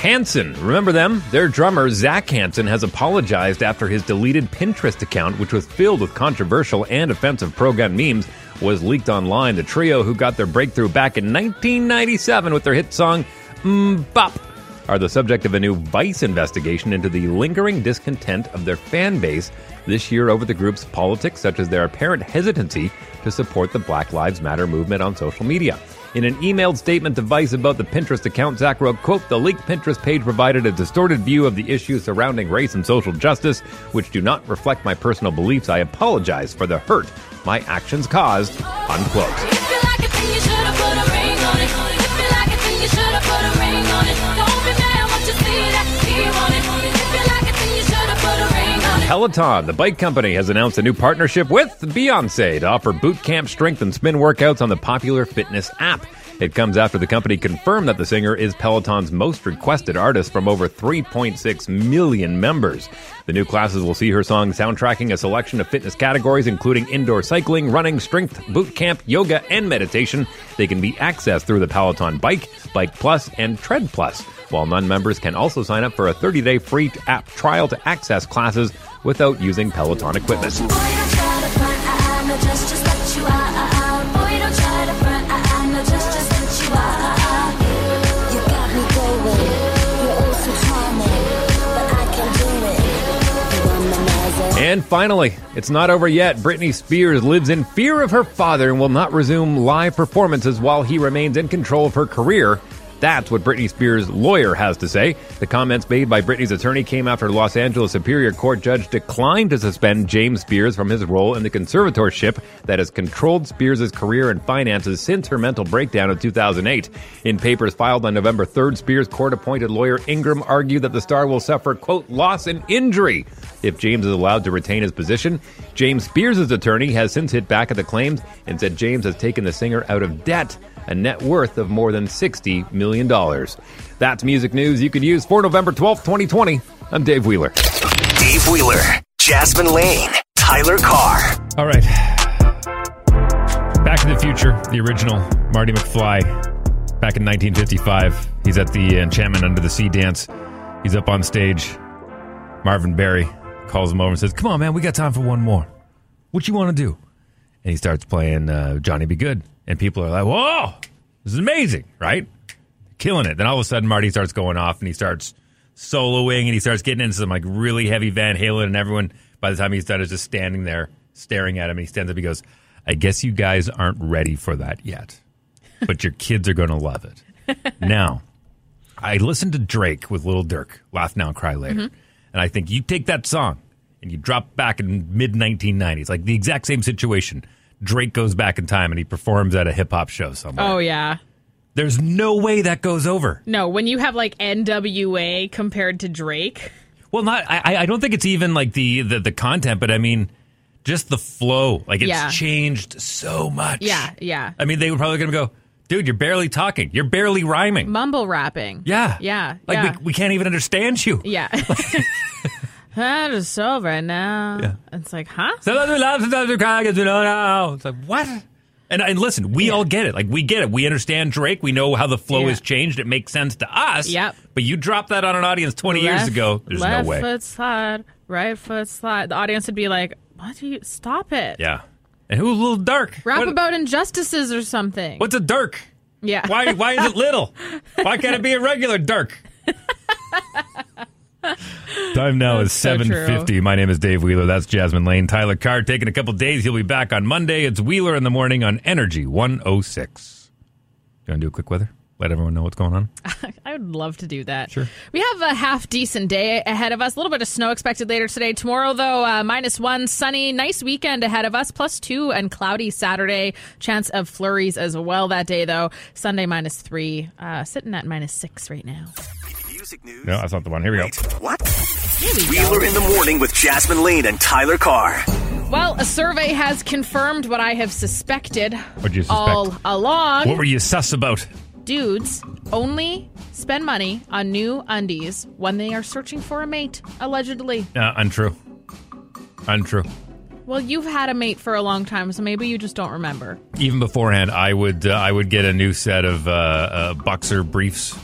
Hanson, remember them? Their drummer, Zach Hanson, has apologized after his deleted Pinterest account, which was filled with controversial and offensive pro gun memes, was leaked online. The trio, who got their breakthrough back in 1997 with their hit song, Mbop, are the subject of a new Vice investigation into the lingering discontent of their fan base this year over the group's politics, such as their apparent hesitancy to support the Black Lives Matter movement on social media. In an emailed statement to Vice about the Pinterest account, Zach wrote, quote, the leaked Pinterest page provided a distorted view of the issues surrounding race and social justice, which do not reflect my personal beliefs. I apologize for the hurt my actions caused, unquote. Peloton, the bike company, has announced a new partnership with Beyonce to offer boot camp strength and spin workouts on the popular fitness app. It comes after the company confirmed that the singer is Peloton's most requested artist from over 3.6 million members. The new classes will see her song soundtracking a selection of fitness categories, including indoor cycling, running, strength, boot camp, yoga, and meditation. They can be accessed through the Peloton Bike, Bike Plus, and Tread Plus, while non members can also sign up for a 30 day free app trial to access classes without using Peloton equipment. uh-uh, uh-uh, And finally, it's not over yet. Britney Spears lives in fear of her father and will not resume live performances while he remains in control of her career. That's what Britney Spears' lawyer has to say. The comments made by Britney's attorney came after Los Angeles Superior Court judge declined to suspend James Spears from his role in the conservatorship that has controlled Spears' career and finances since her mental breakdown in 2008. In papers filed on November 3rd, Spears' court-appointed lawyer Ingram argued that the star will suffer quote loss and injury if James is allowed to retain his position. James Spears' attorney has since hit back at the claims and said James has taken the singer out of debt a net worth of more than $60 million. That's music news you can use for November 12th, 2020. I'm Dave Wheeler.
Dave Wheeler, Jasmine Lane, Tyler Carr.
All right. Back to the Future, the original Marty McFly. Back in 1955, he's at the Enchantment Under the Sea dance. He's up on stage. Marvin Berry calls him over and says, "Come on, man, we got time for one more. What you want to do?" And he starts playing uh, "Johnny Be Good," and people are like, "Whoa, this is amazing, right? Killing it!" Then all of a sudden, Marty starts going off and he starts soloing and he starts getting into some like really heavy Van Halen, and everyone by the time he's done is just standing there staring at him. And he stands up, he goes, "I guess you guys aren't ready for that yet, but your kids are going to love it." now, I listened to Drake with Little Dirk, "Laugh Now, Cry Later."
Mhm.
And I think you take that song and you drop back in mid 1990s, like the exact same situation. Drake goes back in time and he performs at a hip hop show somewhere.
Oh yeah.
There's no way that goes over.
No, when you have like NWA compared to Drake.
Well, not I. I- I don't think it's even like the the, the content, but I mean, just the flow. Like it's
Yeah.
changed so much.
Yeah, yeah.
I mean, they were probably going to go, dude, you're barely talking, you're barely rhyming.
Mumble rapping.
Yeah.
Yeah.
Like
yeah.
we, we can't even understand you.
yeah. That is so right now.
Yeah.
It's like, huh?
Sometimes we laugh, sometimes we cry, because we don't know. It's like, what? And, and listen, we all get it. Like, we get it. We understand Drake. We know how the flow
Yeah.
has changed. It makes sense to us.
Yep.
But you drop that on an audience 20 years
Left-
ago, there's no
left
way.
foot slide, right foot slide. The audience would be like, "What do you stop it?
Yeah. And who's a little dark?
Rap
What-
about injustices or something."
what's a dark?
Yeah.
Why, why is it little? Why can't it be a regular dark? Time now is
so true.
7.50. My name is Dave Wheeler. That's Jasmine Lane. Tyler Carr taking a couple days. He'll be back on Monday. It's Wheeler in the morning on Energy 106. You want to do a quick weather? Let everyone know what's going on?
I would love to do that.
Sure.
We have a half decent day ahead of us. A little bit of snow expected later today. Tomorrow, though, uh, minus one, sunny, nice weekend ahead of us, plus two and cloudy Saturday. Chance of flurries as well that day, though. Sunday, minus three, uh, sitting at minus six right now.
No, that's not the one. Here we go.
What? Wheeler in the morning with Jasmine Lane and Tyler Carr.
Well, a survey has confirmed what I have suspected
What'd you suspect?
all along.
What were you sus about?
Dudes only spend money on new undies when they are searching for a mate, allegedly.
Uh, untrue. Untrue.
Well, you've had a mate for a long time, so maybe you just don't remember.
even beforehand, I would uh, I would get a new set of uh, uh, boxer briefs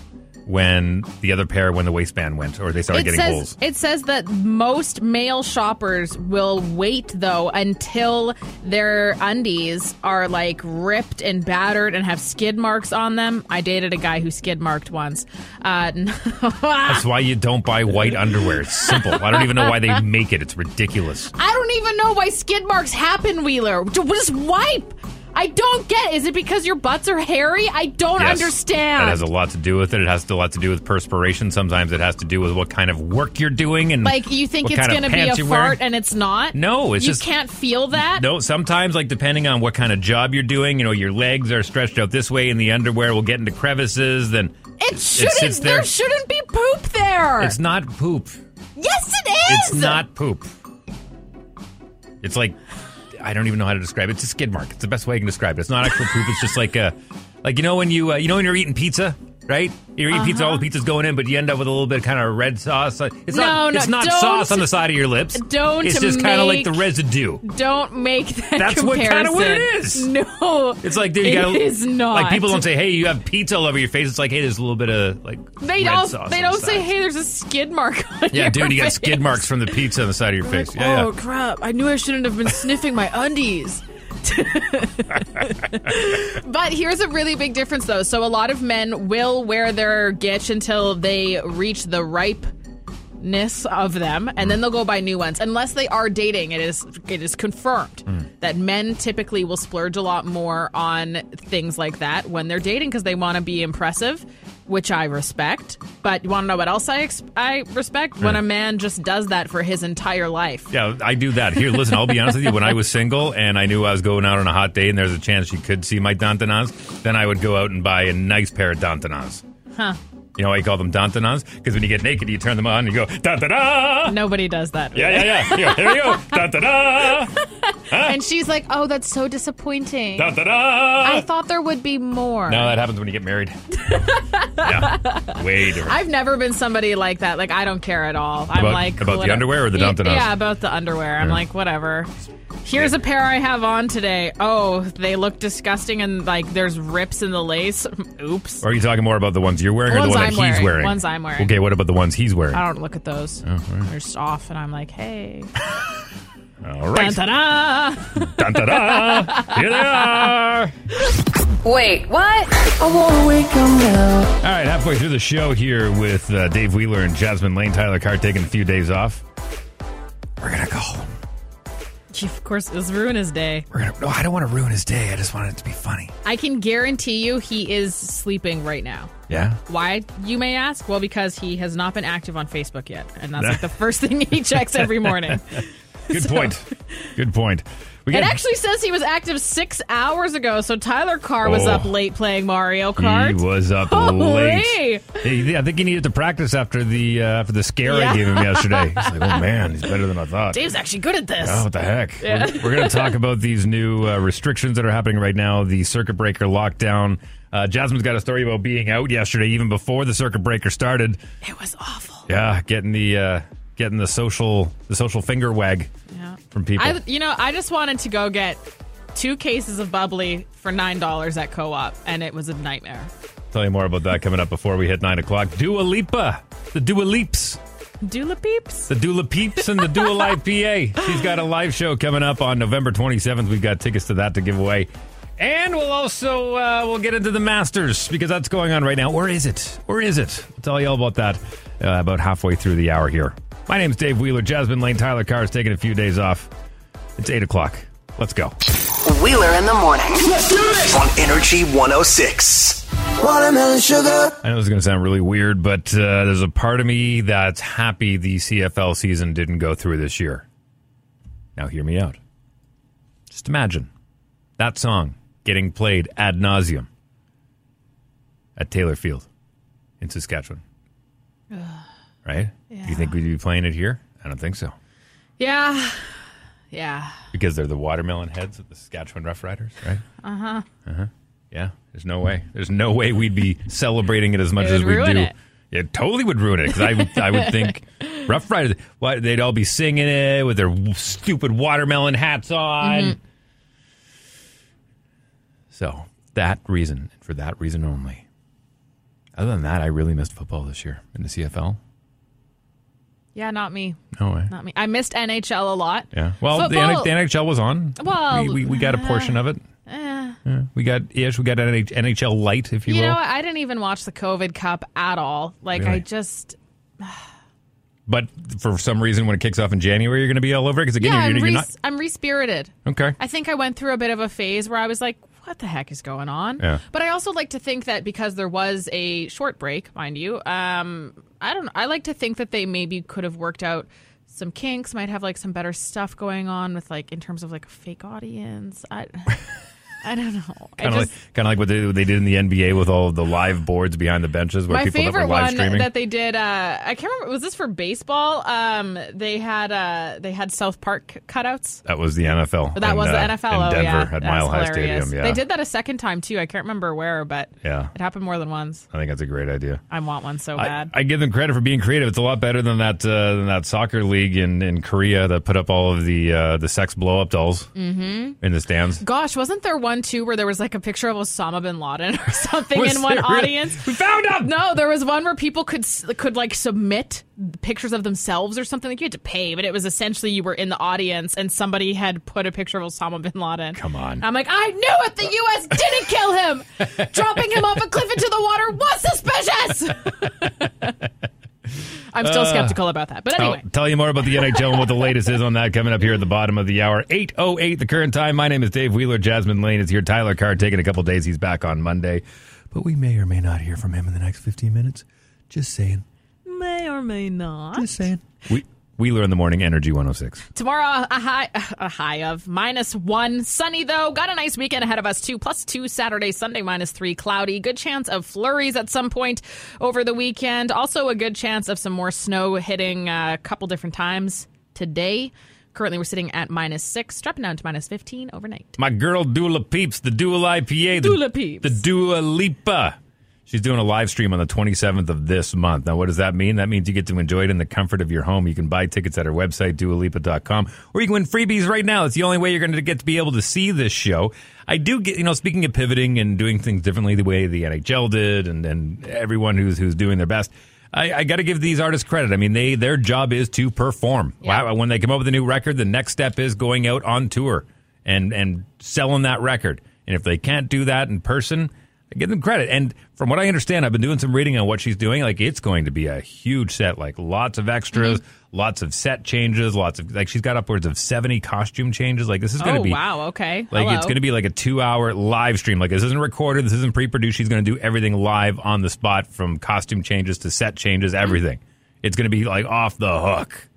when the other pair when the waistband went or they started
it
getting
says
holes.
it says that most male shoppers will wait though until their undies are like ripped and battered and have skid marks on them. I dated a guy who skid marked once. Uh,
That's why you don't buy white underwear. It's simple. I don't even know why they make it. It's ridiculous.
I don't even know why skid marks happen, Wheeler. Ju- Just wipe. I don't get. it. Is it because your butts are hairy? I don't
Yes.
understand.
That has a lot to do with it. It has a lot to do with perspiration. Sometimes it has to do with what kind of work you're doing and
like you think
what
it's
kind of
going to be a
pants you're
fart
wearing.
and it's not.
No, it's
you
just-
can't feel that.
No, sometimes, like depending on what kind of job you're doing, you know, your legs are stretched out this way, and the underwear will get into crevices. Then
It shouldn't.
sits
there.
there.
shouldn't be poop there.
it's not poop.
yes, it
It's
is.
not poop. It's like I don't even know how to describe it. It's a skid mark. It's the best way I can describe it. It's not actual poop. It's just like a like you know when you uh, you know when you're eating pizza. Right, you're eating pizza. All the pizza's going in, but you end up with a little bit of kind of red sauce. It's
Uh-huh. No,
not.
no,
it's not
don't-
sauce on the side of your lips.
don't
It's just kind of like the
make-
residue.
Don't make that
That's what-
comparison.
kinda what it is.
No.
It's like dude, you gotta,
It is not.
Like people don't say, "Hey, you have pizza all over your face." It's like, "Hey, there's a little bit of like
They
red
don't.
sauce
They
on the
don't say,
side."
"Hey, there's a skid mark." on
Yeah,
your
dude, you got
face."
skid marks from the pizza on the side of your face. Yeah,
Oh
yeah.
crap! I knew I shouldn't have been sniffing my undies. but here's a really big difference, though. So a lot of men will wear their gitch until they reach the ripeness of them, and then they'll go buy new ones. Unless they are dating, it is it is confirmed
Hmm.
that men typically will splurge a lot more on things like that when they're dating because they want to be impressive, which I respect. But you want to know what else I ex- I respect when
Yeah.
a man just does that for his entire life.
Yeah, I do that. Here, listen, I'll be honest with you. When I was single and I knew I was going out on a hot day and there's a chance you could see my Dantanans, then I would go out and buy a nice pair of Dantanans.
Huh.
You know why you call them Dantanans? Because when you get naked, you turn them on and you go, da da da!
Nobody does that.
Yeah, yeah, yeah. Here, here we go. Da da da!
And she's like, "Oh, that's so disappointing.
Da da da!
I thought there would be more."
No, that happens when you get married. yeah. Way different.
I've never been somebody like that. Like I don't care at all. I'm
About-
like
about the
whatever.
underwear or the
Ye-
Dantanas?
Yeah, about the underwear. I'm
Yeah.
like whatever. Here's a pair I have on today. Oh, they look disgusting and like there's rips in the lace. Oops.
Or are you talking more about the ones you're wearing or the
Ones
one
I'm
that he's
wearing.
wearing.
Ones I'm wearing.
Okay, what about the ones he's wearing?
I don't look at those.
Oh, all right.
They're just off, and I'm like, hey.
All right.
Dun-ta-da!
Dun, da, da. Here they are.
Wait, what?
I wanna wake up now.
All right, halfway through the show here with uh, Dave Wheeler and Jasmine Lane. Tyler Carr taking a few days off.
Of course, this ruin his day.
We're gonna. No, I don't want to ruin his day. I just want it to be funny.
I can guarantee you he is sleeping right now.
Yeah.
Why, you may ask? Well, because he has not been active on Facebook yet. And that's like the first thing he checks every morning.
Good point. Good point. We
It
got-
actually says he was active six hours ago. So Tyler Carr was
Oh.
up late playing Mario
He
Kart.
was up
Holy.
late. He- I think he needed to practice after the uh, after the scare I
Yeah.
gave him yesterday. He's like, oh man, he's better than I thought.
Dave's actually good at this.
Oh, what the heck?
Yeah.
We're, going to talk about these new uh, restrictions that are happening right now, the circuit breaker lockdown. Uh, Jasmine's got a story about being out yesterday, even before the circuit breaker started.
It was awful.
Yeah, getting the uh, getting the social the social finger wag
Yeah.
from people.
I, you know, I just wanted to go get two cases of bubbly for $9 at co op. And it was a nightmare.
Tell you more about that coming up before we hit nine o'clock. Dua Lipa, the Dua Leaps.
Dula peeps.
The Dula Peeps and the Dula IPA. She's got a live show coming up on November 27th. We've got tickets to that to give away. And we'll also uh, we'll get into the Masters because that's going on right now. Or is it? Or is it? I'll tell you all about that uh, about halfway through the hour here. My name's Dave Wheeler. Jasmine Lane Tyler Carr is taking a few days off. It's eight o'clock. Let's go.
Wheeler in the morning.
On Energy 106.
Watermelon sugar.
I know this is going to sound really weird, but uh, there's a part of me that's happy the CFL season didn't go through this year. Now, hear me out. Just imagine that song getting played ad nauseum at Taylor Field in Saskatchewan, right? Do you think we'd be playing it here? I don't think so.
Yeah. Yeah.
Because they're the watermelon heads of the Saskatchewan Rough Riders, right?
Uh huh.
Uh-huh. Yeah, there's no way. There's no way we'd be celebrating it as much
It
as
would
we
ruin
do.
it.
It totally would ruin it because I would, I would think Rough Riders. Why they'd all be singing it with their w- stupid watermelon hats on.
Mm-hmm.
So that reason, for that reason only. Other than that, I really missed football this year in the CFL.
Yeah, not me.
No way.
Not me. I missed NHL a lot.
Yeah. Well, the,
Football-
N- the NHL was on.
Well, uh,
we, we, we got a portion of it.
Eh.
Yeah. We got ish. We got an NH- NHL light, if you,
You,
will.
know, what? I didn't even watch the COVID Cup at all. Like, I
Really?
just
But for some reason, when it kicks off in January, you're going to be all over it because again,
yeah,
you're,
I'm,
you're
re-
not
I'm respirited.
okay.
I think I went through a bit of a phase where I was like, "What the heck is going on?"
Yeah.
But I also like to think that because there was a short break, mind you, um, I don't. I like to think that they maybe could have worked out some kinks. Might have like some better stuff going on with like in terms of like a fake audience. I. I don't know. I
Kind of
just-
like, kind of like what they, what they did in the NBA with all the live boards behind the benches where
my
people that
favorite
were live
one
streaming.
that they did uh i can't remember was this for baseball um they had uh they had south park cutouts
that was the NFL.
But that
in,
was the
uh,
NFL.
in
oh,
Denver
yeah.
at
That's
Mile High
hilarious.
Stadium. Yeah,
They did that a second time, too. I can't remember where, but
Yeah,
it happened more than once.
I think that's a great idea.
I want one so
I,
bad.
I give them credit for being creative. It's a lot better than that uh, than that soccer league in, in Korea that put up all of the uh, the sex blow up dolls
Mm-hmm.
in the stands.
Gosh, wasn't there one too where there was like a picture of Osama bin Laden or something
Was
in one
there really?
audience?
We found him.
No, there was one where people could s- could like submit pictures of themselves or something. Like you had to pay, but it was essentially you were in the audience and somebody had put a picture of Osama bin Laden. Come
on.
I'm like, I knew it. The U.S. didn't kill him. Dropping him off a cliff into the water was suspicious. I'm still
Uh,
skeptical about that, but anyway.
I'll tell you more about the NHL and what the latest is on that coming up here at the bottom of the hour. 8.08 the current time. My name is Dave Wheeler. Jasmine Lane is here. Tyler Carr taking a couple days. He's back on Monday. But we may or may not hear from him in the next 15 minutes. Just saying.
May or may not.
Just saying. We- Wheeler in the morning, Energy 106.
Tomorrow, a high, a high of minus one. Sunny, though. Got a nice weekend ahead of us, too. Plus two Saturday, Sunday, minus three. Cloudy. Good chance of flurries at some point over the weekend. Also, a good chance of some more snow hitting uh, a couple different times today. Currently, we're sitting at minus six, dropping down to minus 15 overnight.
My girl Dula Peeps, the Dual IPA, the
Dula Peeps.
the Dua Lipa. She's doing a live stream on the 27th of this month. Now, what does that mean? That means you get to enjoy it in the comfort of your home. You can buy tickets at her website, dualipa.com, or you can win freebies right now. It's the only way you're going to get to be able to see this show. I do get, you know, speaking of pivoting and doing things differently the way the NHL did and, and everyone who's, who's doing their best. I, I got to give these artists credit. I mean, they their job is to perform. Wow, when they come up with a new record, the next step is going out on tour and and selling that record. And if they can't do that in person, I give them credit. And from what I understand, I've been doing some reading on what she's doing. Like it's going to be a huge set, like lots of extras, lots of set changes, lots of like she's got upwards of seventy costume changes. Like this is going to
oh,
be
wow. Okay.
like
Hello.
it's going to be like a two-hour live stream. Like this isn't recorded. This isn't pre-produced. She's going to do everything live on the spot, from costume changes to set changes,
Mm-hmm.
everything. It's going to be like off the hook.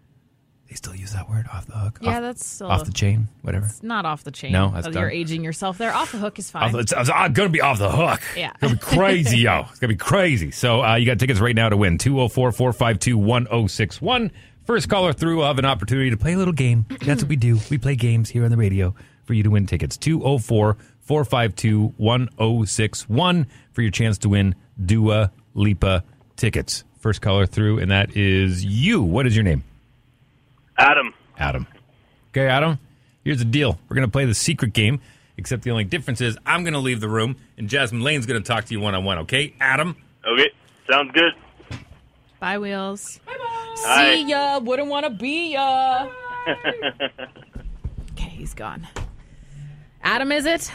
They still use that word, off the hook.
Yeah,
off,
that's still-
off the chain, whatever.
It's not off the chain.
No, that's
You're
done.
aging yourself there. Off the hook is fine.
Off the- it's, it's going to be off the hook.
Yeah.
It's going to be crazy, yo. It's going to be crazy. So uh, you got tickets right now to win 204 452 1061. First caller through will have an opportunity to play a little game. That's what we do. We play games here on the radio for you to win tickets. 204 452 1061 for your chance to win Dua Lipa tickets. First caller through, and that is you. What is your name?
Adam.
Adam. Okay, Adam, here's the deal. We're going to play the secret game, except the only difference is I'm going to leave the room and Jasmine Lane's going to talk to you one on one, okay? Adam?
Okay, sounds good.
Bye, Wheels. Bye, bye. See
Bye.
ya. Wouldn't want to be ya. okay, he's gone. Adam, is it?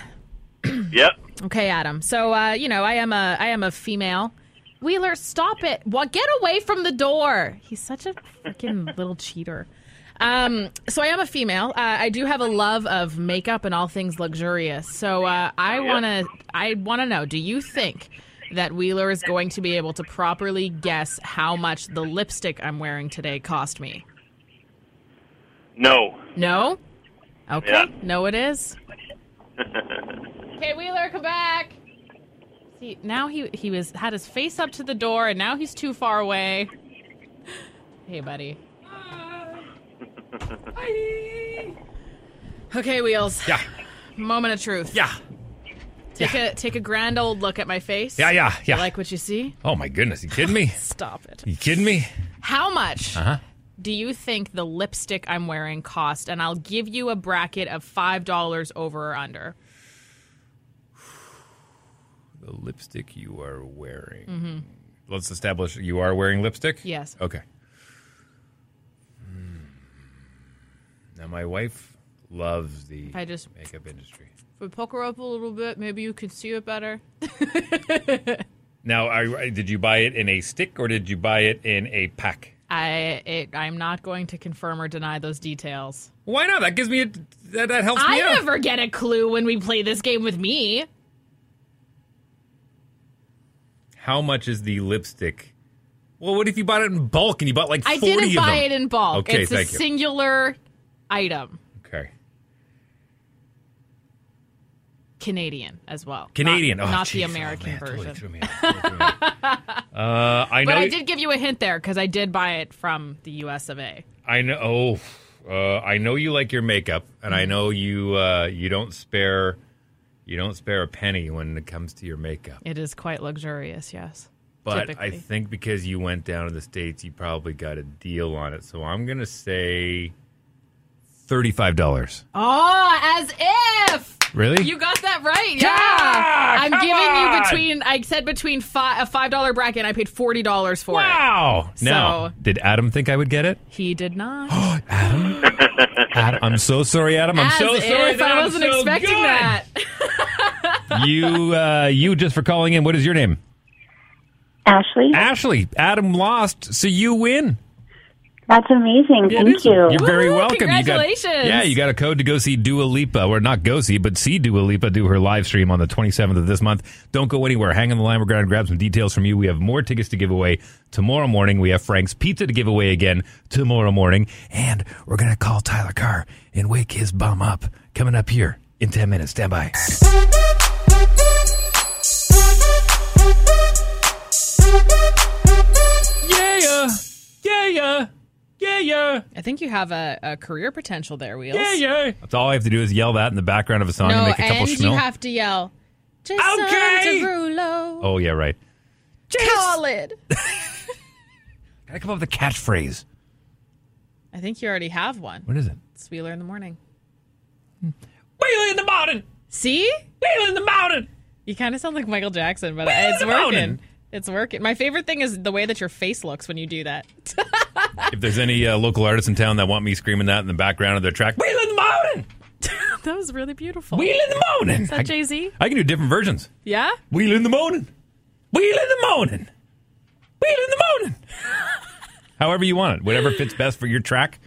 Yep.
Okay, Adam. So, uh, you know, I am a I am a female. Wheeler, stop it! What? Get away from the door! He's such a freaking little cheater. Um, so I am a female. Uh, I do have a love of makeup and all things luxurious. So uh, I wanna I wanna know. Do you think that Wheeler is going to be able to properly guess how much the lipstick I'm wearing today cost me?
No.
No. Okay.
Yeah.
No, it is. Okay, Wheeler, come back. See, now he he was had his face up to the door, and now he's too far away. Hey, buddy. Okay, wheels.
Yeah.
Moment of truth.
Yeah.
Take a take a grand old look at my face.
Yeah, yeah, yeah. Mm.
You like what you see?
Oh my goodness, you kidding me?
Stop it.
You kidding me?
How much
Uh huh.
do you think the lipstick I'm wearing cost? And I'll give you a bracket of five dollars over or under.
The lipstick you are wearing.
Mm-hmm.
Let's establish you are wearing lipstick?
Yes.
Okay. Hmm. Now, my wife loves the
If I just-
makeup industry.
If we poke her up a little bit, maybe you can see it better.
Now, are, did you buy it in a stick or did you buy it in a pack?
I it, I'm not going to confirm or deny those details.
Why not? That gives me a that, that helps
I
me out.
never get a clue when we play this game with me.
How much is the lipstick? Well, what if you bought it in bulk and you bought like
I
40
didn't
of
buy
them?
it in bulk.
Okay,
it's
thank
a
you.
singular item.
okay.
Canadian as well.
Canadian.
Not,
Oh,
not
jeez.
the
Oh,
American
man, totally
version.
threw me Uh, I know.
but I
you-
did give you a hint there because I did buy it from the US of A.
I know. Oh, uh, I know you like your makeup, and
Mm-hmm.
I know you uh, you don't spare you don't spare a penny when it comes to your makeup.
It is quite luxurious, yes.
But I
Typically.
think because you went down to the states, you probably got a deal on it. So I'm gonna say thirty five dollars.
Oh, as if.
Really?
You got that right. Yeah. I'm
come
giving
on!
you between I said between five, a $5 bracket and I paid $40 for
Wow!
it.
Now,
So,
did Adam think I would get it?
he did not.
Adam, I'm so sorry, Adam. I'm
As
so sorry
if,
that
I
I'm
wasn't
so
expecting
good.
that.
you uh, you just for calling in. What is your name? Ashley. Ashley. Adam lost, so you win.
That's amazing. Thank you.
You're very welcome. You got,
congratulations.
yeah, you got a code to go see Dua Lipa, or not go see, but see Dua Lipa do her live stream on the 27th of this month. Don't go anywhere. Hang on the line. We're going to grab some details from you. We have more tickets to give away tomorrow morning. We have Frank's Pizza to give away again tomorrow morning, and we're going to call Tyler Carr and wake his bum up. Coming up here in 10 minutes. Stand by. Yeah, yeah, yeah, yeah, yeah.
I think you have a, a career potential there, Wheels.
Yeah, yeah. That's all I have to do is yell that in the background of a song
no,
and make a couple
and
schmil.
you have to yell. Jason
Okay.
Derulo,
oh yeah, right.
Khaled.
Gotta come up with a catchphrase.
I think you already have one.
What is it?
It's Wheeler in the morning.
Wheeler in the morning.
See?
Wheeler in the morning.
You kind of sound like Michael Jackson, but
Wheeler in
it's
the
working.
morning.
It's working. My favorite thing is the way that your face looks when you do that.
if there's any uh, local artists in town that want me screaming that in the background of their track, Wheeler in the morning.
that was really beautiful.
Wheel in the morning.
Is that Jay Z?
I can do different versions.
Yeah?
Wheeler in the morning. Wheeler in the morning. Wheeler in the morning. However you want it, whatever fits best for your track.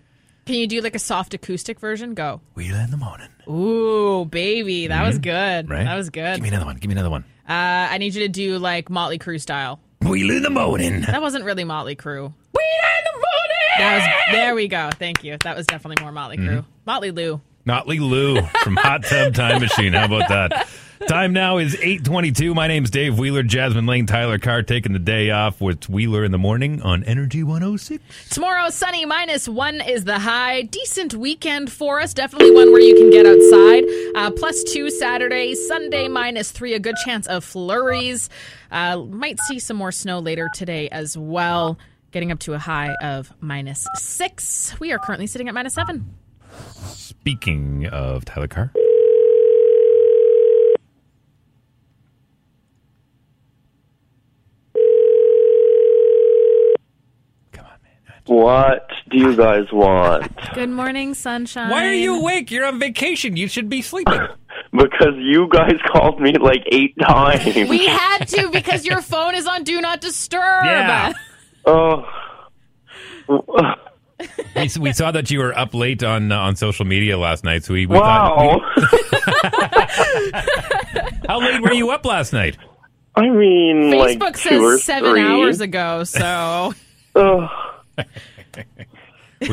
Can you do like a soft acoustic version? Go.
Wheeler in the morning.
Ooh, baby. That was
Mhm.
good.
Right?
That was good.
Give me another one. Give me another one.
Uh, I need you to do like Motley Crue style.
Wheeler in the morning.
That wasn't really Motley Crue. Wheeler in the morning. That was, there we go. Thank you. That was definitely more Motley Crue.
Mhm.
Motley Lou.
Notley Lou from Hot Tub Time Machine. How about that? Time now is 822. My name's Dave Wheeler, Jasmine Lane, Tyler Carr taking the day off with Wheeler in the morning on Energy 106.
Tomorrow, sunny minus one is the high. Decent weekend for us. Definitely one where you can get outside. Uh, plus two Saturday, Sunday minus three. A good chance of flurries. Uh, might see some more snow later today as well. Getting up to a high of minus six. We are currently sitting at minus seven.
Speaking of Tyler Carr.
What do you guys want?
Good morning, sunshine.
Why are you awake? You're on vacation. You should be sleeping.
Because you guys called me like eight times.
We had to because your phone is on Do Not Disturb.
Oh.
we, we saw that you were up late on uh, on social media last night, so we, we
Wow.
thought. we- how late were you up last night?
I mean,
Facebook
like two or
says seven
three.
hours ago, so.
Were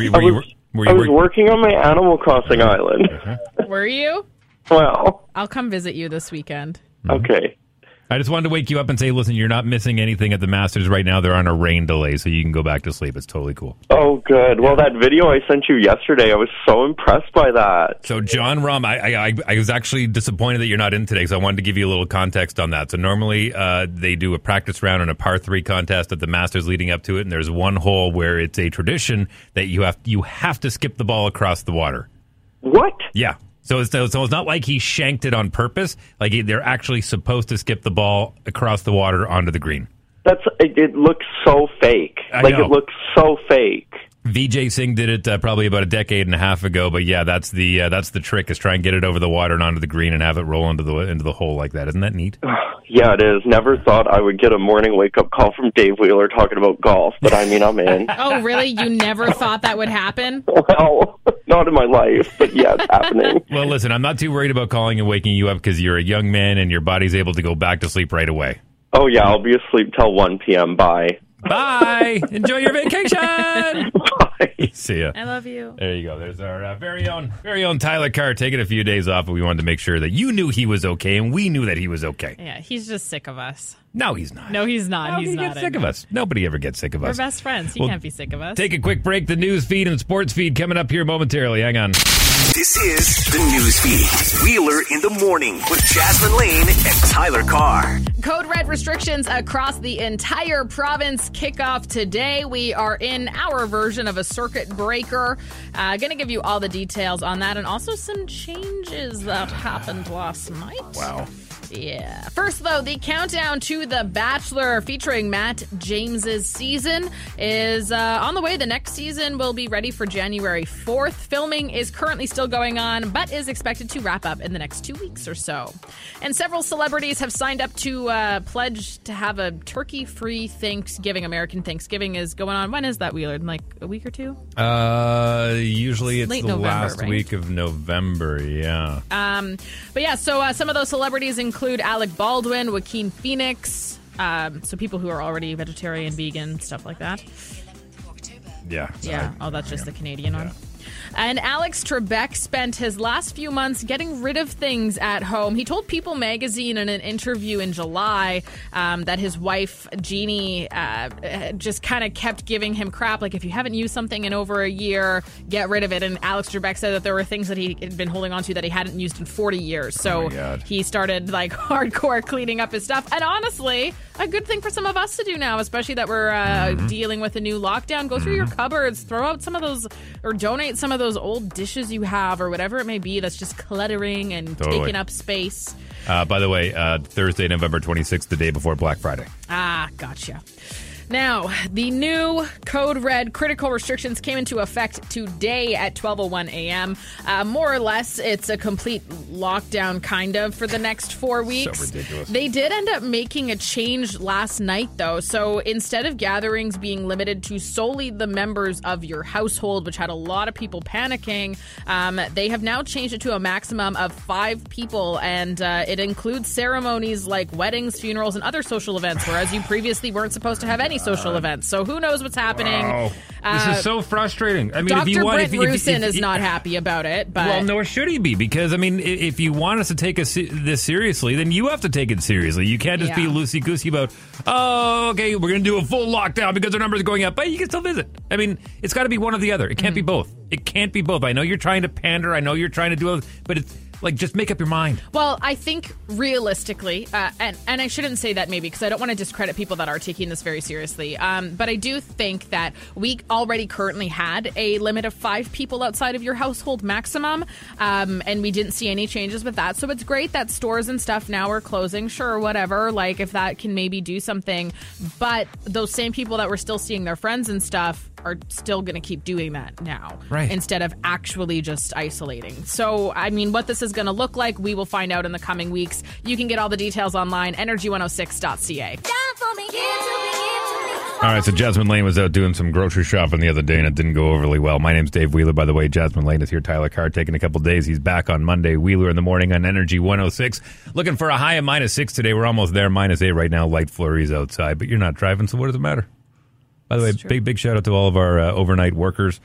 you,
I was, I was working on my Animal Crossing
Uh-huh.
island.
Were you?
Wow.
I'll come visit you this weekend.
Mm-hmm.
Okay.
I just wanted to wake you up and say, listen, you're not missing anything at the Masters right now. They're on a rain delay, so you can go back to sleep. It's totally cool.
Oh, good. Well, that video I sent you yesterday, I was so impressed by that.
So John Rom, I, I I- I was actually disappointed that you're not in today because I wanted to give you a little context on that. So normally uh, they do a practice round and a par three contest at the Masters leading up to it, and there's one hole where it's a tradition that you have you have to skip the ball across the water.
What?
Yeah. So it's, so it's not like he shanked it on purpose. Like he- they're actually supposed to skip the ball across the water onto the green.
That's it, it looks so fake.
I
like
know.
it looks so fake.
VJ Singh did it uh, probably about a decade and a half ago, but yeah, that's the uh, that's the trick is try and get it over the water and onto the green and have it roll into the into the hole like that. Isn't that neat?
Yeah, it is. Never thought I would get a morning wake up call from Dave Wheeler talking about golf, but I mean, I'm in.
Oh, really? You never thought that would happen?
well, not in my life, but yeah, it's happening.
Well, listen, I'm not too worried about calling and waking you up because you're a young man and your body's able to go back to sleep right away.
Oh yeah, I'll be asleep till 1 p.m. Bye.
Bye. Enjoy your vacation. Bye. See ya.
I love you.
There you go. There's our uh, very own, very own Tyler Carr taking a few days off, but we wanted to make sure that you knew he was okay, and we knew that he was okay.
Yeah, he's just sick of us.
No, he's not.
No, he's not.
How
he's
can you
not.
get sick of us? Nobody ever gets sick of
We're
us.
best friends. He
Well,
can't be sick of us.
Take a quick break. The news feed and sports feed coming up here momentarily. Hang on.
This is the news feed. Wheeler in the morning with Jasmine Lane and Tyler Carr.
Code red restrictions across the entire province kick off today. We are in our version of a circuit breaker.
Uh, going to give you all the details on that and also some changes that happened last night.
Wow.
Yeah. First, though, the countdown to The Bachelor featuring Matt James's season is uh, on the way. The next season will be ready for January 4th. Filming is currently still going on, but is expected to wrap up in the next two weeks or so. And several celebrities have signed up to uh, pledge to have a turkey free Thanksgiving. American Thanksgiving is going on. When is that, Wheeler? In like a week or two?
Uh, usually it's
Late
the
November,
last
right?
week of November. Yeah.
Um, but yeah, so uh, some of those celebrities include Alec Baldwin, Joaquin Phoenix, um, so people who are already vegetarian, vegan, stuff like that.
Yeah.
Yeah.
I-
oh, that's just the Canadian one. And Alex Trebek spent his last few months getting rid of things at home. He told People magazine in an interview in July um, that his wife, Jeannie, uh, just kind of kept giving him crap. Like, if you haven't used something in over a year, get rid of it. And Alex Trebek said that there were things that he had been holding on to that he hadn't used in 40 years. So he started like hardcore cleaning up his stuff. And honestly, a good thing for some of us to do now, especially that we're uh,
Mm-hmm.
dealing with a new lockdown. Go through your cupboards, throw out some of those, or donate some of those old dishes you have, or whatever it may be that's just cluttering and
Totally.
taking up space.
Uh, by the way, uh, Thursday, November 26th, the day before Black Friday.
Ah, gotcha. Now, the new code red critical restrictions came into effect today at 12:01 a.m. Uh, more or less, it's a complete lockdown, kind of, for the next four weeks.
ridiculous.
They did end up making a change last night, though. So instead of gatherings being limited to solely the members of your household, which had a lot of people panicking, um, they have now changed it to a maximum of five people, and uh, it includes ceremonies like weddings, funerals, and other social events, whereas you previously weren't supposed to have any social
Uh,
events. So who knows what's happening? Uh,
Oh, this is so frustrating. I mean,
Dr.
if you want, if,
Brent
if, if,
Rusin
if-
is not happy about it, but
well, nor should he be, because I mean, i- if you want us to take us se- this seriously, then you have to take it seriously. You can't just be
Yeah.
loosey goosey about, oh, okay, we're going to do a full lockdown because our numbers are going up, but you can still visit. I mean, it's got to be one or the other. It can't
Mm-hmm.
be both. It can't be both. I know you're trying to pander. I know you're trying to do, it, but it's like just make up your mind.
Well, I think realistically, uh, and and I shouldn't say that maybe because I don't want to discredit people that are taking this very seriously. Um, but I do think that we already currently had a limit of five people outside of your household maximum, um, and we didn't see any changes with that. So it's great that stores and stuff now are closing. Sure, whatever. Like if that can maybe do something, but those same people that were still seeing their friends and stuff are still going to keep doing that now
Right.
instead of actually just isolating. So, I mean, what this is going to look like, we will find out in the coming weeks. You can get all the details online, energy106.ca.
All right, so Jasmine Lane was out doing some grocery shopping the other day, and it didn't go overly well. My name's Dave Wheeler, by the way. Jasmine Lane is here. Tyler Carr taking a couple days. He's back on Monday. Wheeler in the morning on Energy 106. Looking for a high of minus six today. We're almost there. Minus eight right now. Light flurries outside, but you're not driving, so what does it matter? By the way, big big shout out to all of our uh, overnight workers,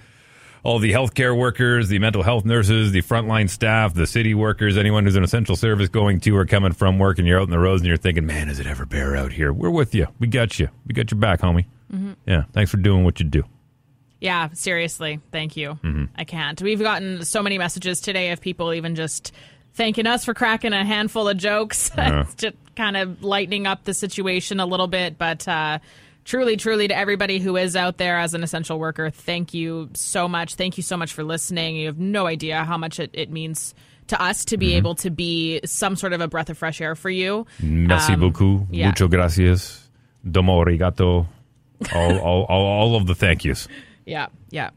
all the healthcare workers, the mental health nurses, the frontline staff, the city workers, anyone who's an essential service going to or coming from work, and you're out in the roads and you're thinking, man, is it ever bare out here? We're with you. We got you. We got your back, homie.
Mhm.
Yeah. Thanks for doing what you do.
Yeah, seriously. Thank you.
Mhm.
I can't. We've gotten so many messages today of people even just thanking us for cracking a handful of jokes,
Yeah.
It's just kind of lightening up the situation a little bit. But uh, truly, truly, to everybody who is out there as an essential worker, thank you so much. Thank you so much for listening. You have no idea how much it, it means to us to be able to be some sort of a breath of fresh air for you.
Merci
Um,
beaucoup.
yeah.
Mucho gracias. Domo arigato. All, all, all, all of the thank yous.
Yeah, yeah.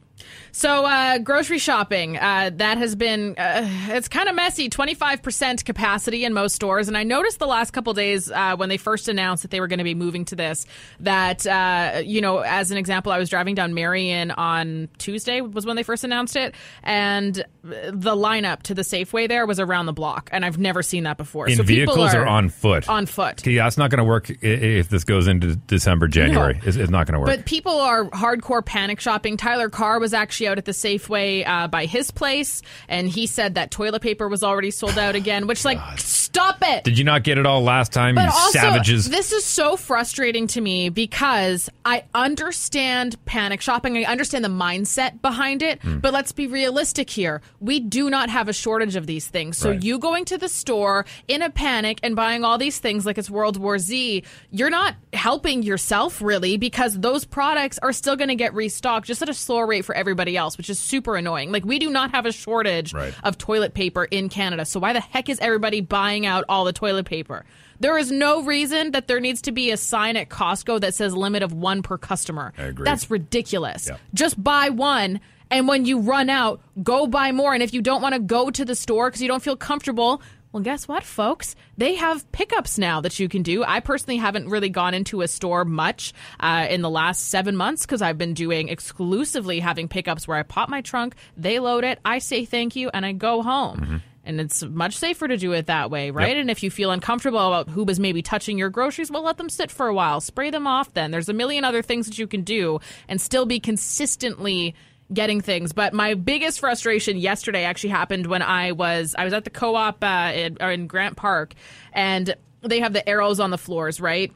So, uh, grocery shopping, uh, that has been, uh, it's kind of messy, 25% capacity in most stores. And I noticed the last couple days uh, when they first announced that they were going to be moving to this, that, uh, you know, as an example, I was driving down Marion on Tuesday, was when they first announced it. And the lineup to the Safeway there was around the block. And I've never seen that before.
In
so people
vehicles
are
or on foot?
On foot.
Okay, yeah, that's not going to work i- i- if this goes into December, January. It's, it's not going to work.
But people are hardcore panic shopping. Tyler Tyler Carr was actually out at the Safeway uh, by his place, and he said that toilet paper was already sold out again, which, like, stop it.
Did you not get it all last time,
But
you
also,
savages?
this is so frustrating to me because I understand panic shopping. I understand the mindset behind it,
Hmm.
but let's be realistic here. We do not have a shortage of these things. So
Right.
you going to the store in a panic and buying all these things like it's World War Z, you're not helping yourself really because those products are still going to get restocked just at a slower rate for everybody else, which is super annoying. Like we do not have a shortage
Right.
of toilet paper in Canada. So why the heck is everybody buying out all the toilet paper? There is no reason that there needs to be a sign at Costco that says limit of one per customer. I
agree.
That's ridiculous.
Yeah.
Just buy one, and when you run out, go buy more. And if you don't want to go to the store because you don't feel comfortable, well, guess what, folks? They have pickups now that you can do. I personally haven't really gone into a store much uh, in the last seven months because I've been doing exclusively having pickups where I pop my trunk, they load it, I say thank you, and I go home. And it's much safer to do it that way, right?
Yep.
And if you feel uncomfortable about who is maybe touching your groceries, well, let them sit for a while. Spray them off then. There's a million other things that you can do and still be consistently getting things. But my biggest frustration yesterday actually happened when I was I was at the co-op uh, in, or in Grant Park and they have the arrows on the floors, right?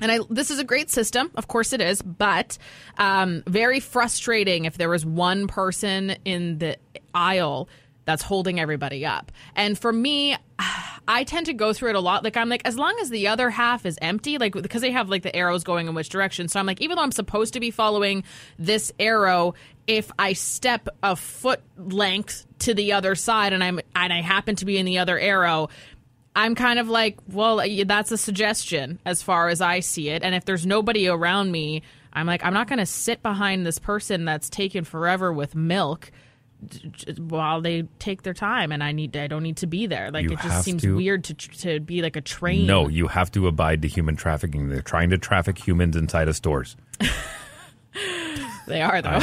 And I, this is a great system, of course it is, but um, very frustrating if there was one person in the aisle that's holding everybody up. And for me, I tend to go through it a lot. Like I'm like, as long as the other half is empty, like because they have like the arrows going in which direction. So I'm like, even though I'm supposed to be following this arrow, if I step a foot length to the other side and I'm and I happen to be in the other arrow, I'm kind of like, well, y- that's a suggestion as far as I see it. And if there's nobody around me, I'm like, I'm not going to sit behind this person that's taking forever with milk j- j- while they take their time and I need I don't need to be there. Like
You
it
have
just seems
to-
weird to tr- to be like a train.
No, you have to abide to human trafficking. They're trying to traffic humans inside of stores.
they are though.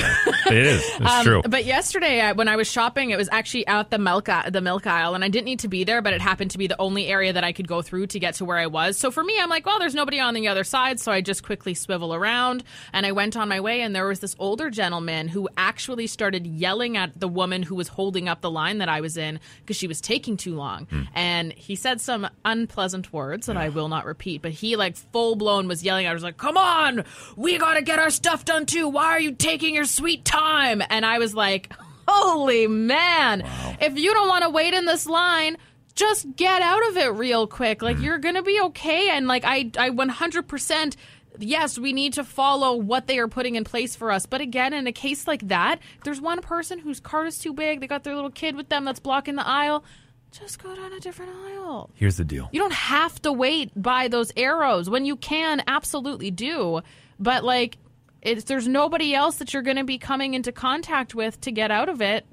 It is. It's
Um,
true.
But yesterday, I, when I was shopping, it was actually out the milk a- the milk aisle, and I didn't need to be there, but it happened to be the only area that I could go through to get to where I was. So for me, I'm like, well, there's nobody on the other side, so I just quickly swivel around, and I went on my way, and there was this older gentleman who actually started yelling at the woman who was holding up the line that I was in because she was taking too long,
Hmm.
and he said some unpleasant words that I will not repeat, but he like full blown was yelling. I was like, "Come on, we gotta get our stuff done too. Why are you taking your sweet time?" And I was like, "Holy man, if you don't want to wait in this line." Just get out of it real quick. Like you're going to be okay and like I I 100% yes, we need to follow what they are putting in place for us. But again, in a case like that, if there's one person whose cart is too big, they got their little kid with them that's blocking the aisle, just go down a different aisle.
Here's the deal.
You don't have to wait by those arrows. When you can, absolutely do. But like, if there's nobody else that you're going to be coming into contact with to get out of it,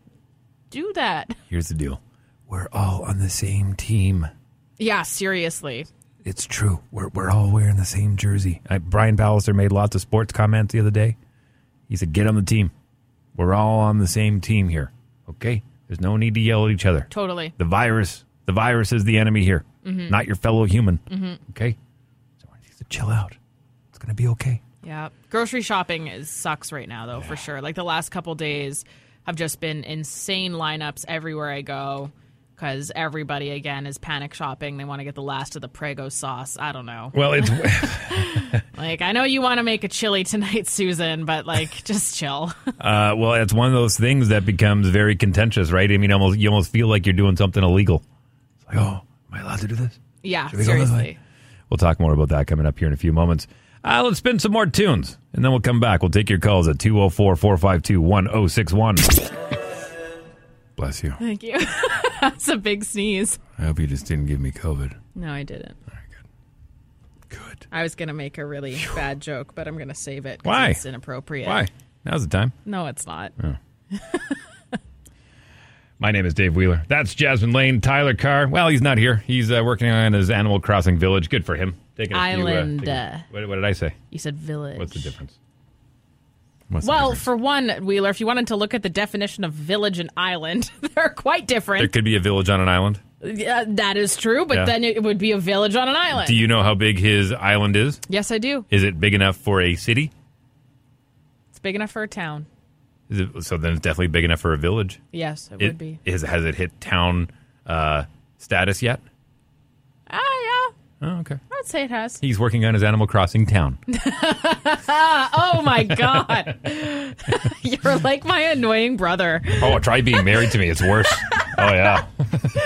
do that.
Here's the deal. We're all on the same team.
Yeah, seriously.
It's true. We're, we're all wearing the same jersey. I, Brian Ballister made lots of sports comments the other day. He said, Get on the team. We're all on the same team here. Okay? There's no need to yell at each other.
Totally.
The virus, the virus is the enemy here,
Mhm.
not your fellow human.
Mhm.
Okay? So I need to chill out. It's going to be okay.
Yeah. Grocery shopping is, sucks right now, though, for sure. Like the last couple days have just been insane lineups everywhere I go because everybody, again, is panic shopping. They want to get the last of the Prego sauce. I don't know.
Well, it's.
Like, I know you want to make a chili tonight, Susan, but like, just chill.
Uh, well, it's one of those things that becomes very contentious, right? I mean, almost you almost feel like you're doing something illegal. It's like, oh, am I allowed to do this?
yeah,
Should we go this
seriously.
way? We'll talk more about that coming up here in a few moments. Uh, let's spin some more tunes, and then we'll come back. We'll take your calls at 204 452 1061. Bless you.
Thank you. That's a big sneeze.
I hope you just didn't give me COVID.
No, I didn't. Very good. Good. I was going to make a really bad joke, but I'm going to save it. 'cause
Why?
It's inappropriate.
Why? Now's the time.
No, it's not.
Oh. My name is Dave Wheeler. That's Jasmine Lane. Tyler Carr. Well, he's not here. He's uh, working on his Animal Crossing Village. Good for him. Taking a few, uh,
Island.
taking-
uh,
what, what did I say?
you said village.
What's the difference?
well, for one, Wheeler, if you wanted to look at the definition of village and island, they're quite
There
different.
could be a village on an island.
Yeah, that is true, but
Yeah.
then it would be a village on an island.
Do you know how big his island is?
yes, I do.
Is it big enough for a city?
It's big enough for a town.
Is it, so then it's definitely big enough for a village.
Yes, it, would be.
Is, has it hit town uh, status yet?
Ah,
yeah. Oh, okay.
I'd say it has.
He's working on his Animal Crossing town.
oh my god, you're like my annoying brother.
Oh, try being married to me. It's worse. Oh yeah.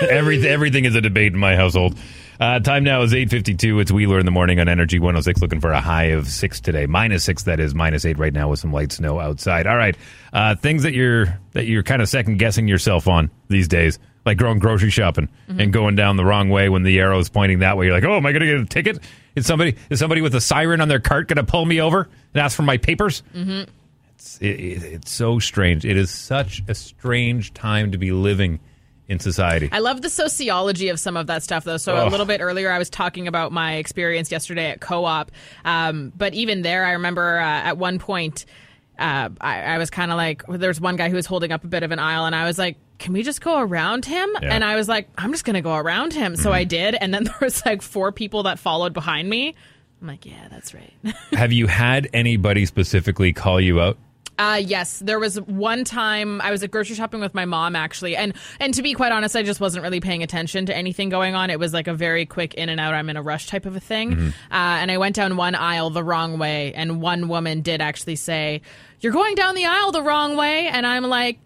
Every, everything is a debate in my household. Uh, time now is 8.52. It's Wheeler in the morning on Energy 106 looking for a high of 6 today. Minus 6, that is. Minus 8 right now with some light snow outside. All right. Uh, things that you're that you're kind of second-guessing yourself on these days, like going grocery shopping and going down the wrong way when the arrow is pointing that way. You're like, oh, am I going to get a ticket? Is somebody is somebody with a siren on their cart going to pull me over and ask for my papers?
Mm-hmm.
It's, it, it- it's so strange. It is such a strange time to be living in society.
I love the sociology of some of that stuff, though. So a
Ugh.
little bit earlier, I was talking about my experience yesterday at co-op, um, but even there, I remember uh, at one point, uh, I, I was kind of like, there's one guy who was holding up a bit of an aisle, and I was like. Can we just go around him?
Yeah.
And I was like, I'm just going to go around him. So I did. And then there was like four people that followed behind me. I'm like, yeah, that's right.
Have you had anybody specifically call you out?
Uh, yes, there was one time I was at grocery shopping with my mom actually, and and to be quite honest, I just wasn't really paying attention to anything going on. It was like a very quick in and out, I'm in a rush type of a thing,
Mhm.
uh, and I went down one aisle the wrong way, and one woman did actually say, "You're going down the aisle the wrong way," and I'm like,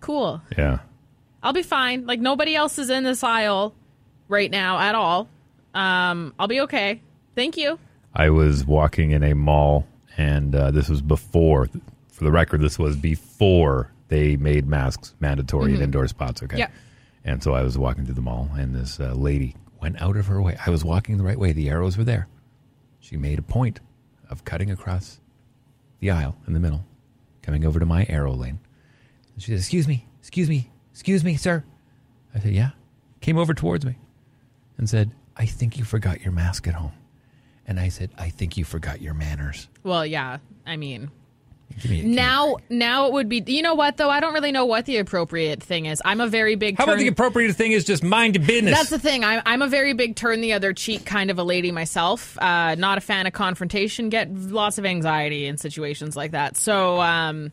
"Cool,
Yeah.
I'll be fine. Like nobody else is in this aisle right now at all. Um, I'll be okay. Thank you."
I was walking in a mall, and uh, this was before, for the record, this was before they made masks mandatory
Mhm.
in indoor spots. Okay.
Yeah.
And so I was walking through the mall, and this uh, lady went out of her way. I was walking the right way, the arrows were there. She made a point of cutting across the aisle in the middle, coming over to my arrow lane. And she says, Excuse me, excuse me, excuse me, sir. I said, Yeah. Came over towards me and said, I think you forgot your mask at home. And I said, I think you forgot your manners.
Well, yeah, I mean.
Give me a
Now, now it would be. You know what though? I don't really know what the appropriate thing is. I'm a very big.
How
turn,
about the appropriate thing is just mind your business?
That's the thing. I'm, I'm a very big turn the other cheek kind of a lady myself. Uh, not a fan of confrontation. Get lots of anxiety in situations like that. So, um,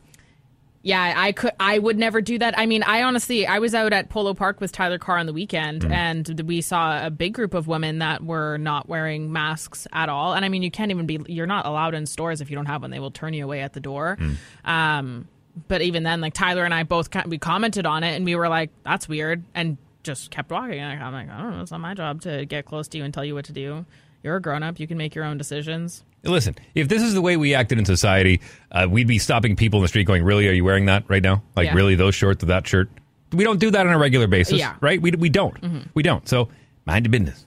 yeah, I could. I would never do that. I mean, I honestly, I was out at Polo Park with Tyler Carr on the weekend,
Mm.
Mhm.
and th- we saw a big group of women that were not wearing masks at all. And I mean, you can't even be. You're not allowed in stores if you don't have one. They will turn you away at the door.
Mm.
Um, but even then, like Tyler and I both ki- we commented on it, and we were like, "That's weird," and just kept walking. And I'm like, I don't know. It's not my job to get close to you and tell you what to do. You're a grown up. You can make your own decisions.
Listen, if this is the way we acted in society, uh, we'd be stopping people in the street going, Really? Are you wearing that right now? Like,
Yeah.
really, those shorts or that shirt? We don't do that on a regular basis,
Yeah.
right? We, we don't.
Mhm.
We don't. So, mind your business.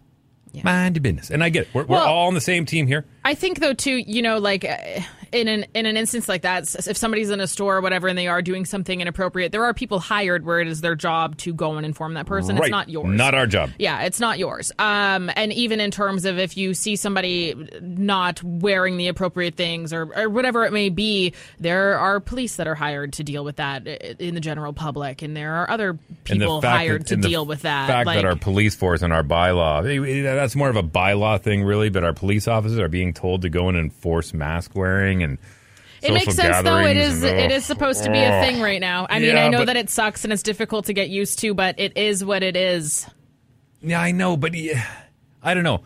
Mind your business. And I get it. We're, we're
Well-
all on the same team here.
I think though too, you know, like uh, in an in an instance like that, s- if somebody's in a store or whatever, and they are doing something inappropriate, there are people hired where it is their job to go and inform that person.
Right.
It's not yours,
Not our job.
Yeah, it's not yours. Um, and even in terms of if you see somebody not wearing the appropriate things or, or whatever it may be, there are police that are hired to deal with that i- in the general public, and there are other people hired to
and the
deal with that.
fact
like,
that our police force and our bylaw eh, eh, that's more of a bylaw thing really but our police officers are being told to go and enforce mask wearing and
It makes
social
sense, though. It
gatherings
is
and-
it is supposed to be a
Ugh.
thing right now. I mean,
Yeah,
I know
but-
that it sucks and it's difficult to get used to, but it is what it is.
yeah i know but yeah, i don't know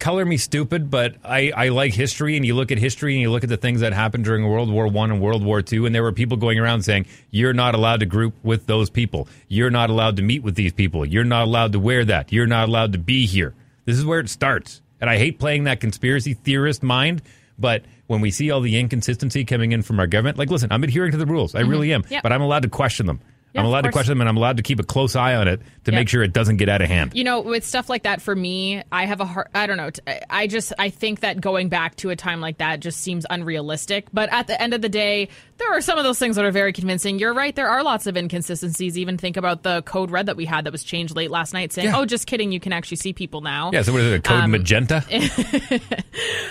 color me stupid but I, I like history and you look at history and you look at the things that happened during world war one and world war two and there were people going around saying you're not allowed to group with those people you're not allowed to meet with these people you're not allowed to wear that you're not allowed to be here this is where it starts and i hate playing that conspiracy theorist mind but when we see all the inconsistency coming in from our government like listen i'm adhering to the rules i
Mhm.
really am
Mm-hmm. Yep.
but i'm allowed to question them
Yeah,
i'm
of
allowed to
course.
question them and i'm allowed to keep a close eye on it to
Yep.
make sure it doesn't get out of hand
You know, with stuff like that, for me, I have a hard. I don't know. t- I just I think that going back to a time like that just seems unrealistic. But at the end of the day, there are some of those things that are very convincing. You're right. There are lots of inconsistencies. Even think about the code red that we had that was changed late last night, saying, "Oh, just kidding. You can actually see people now."
yeah so what is it a code
Um,
magenta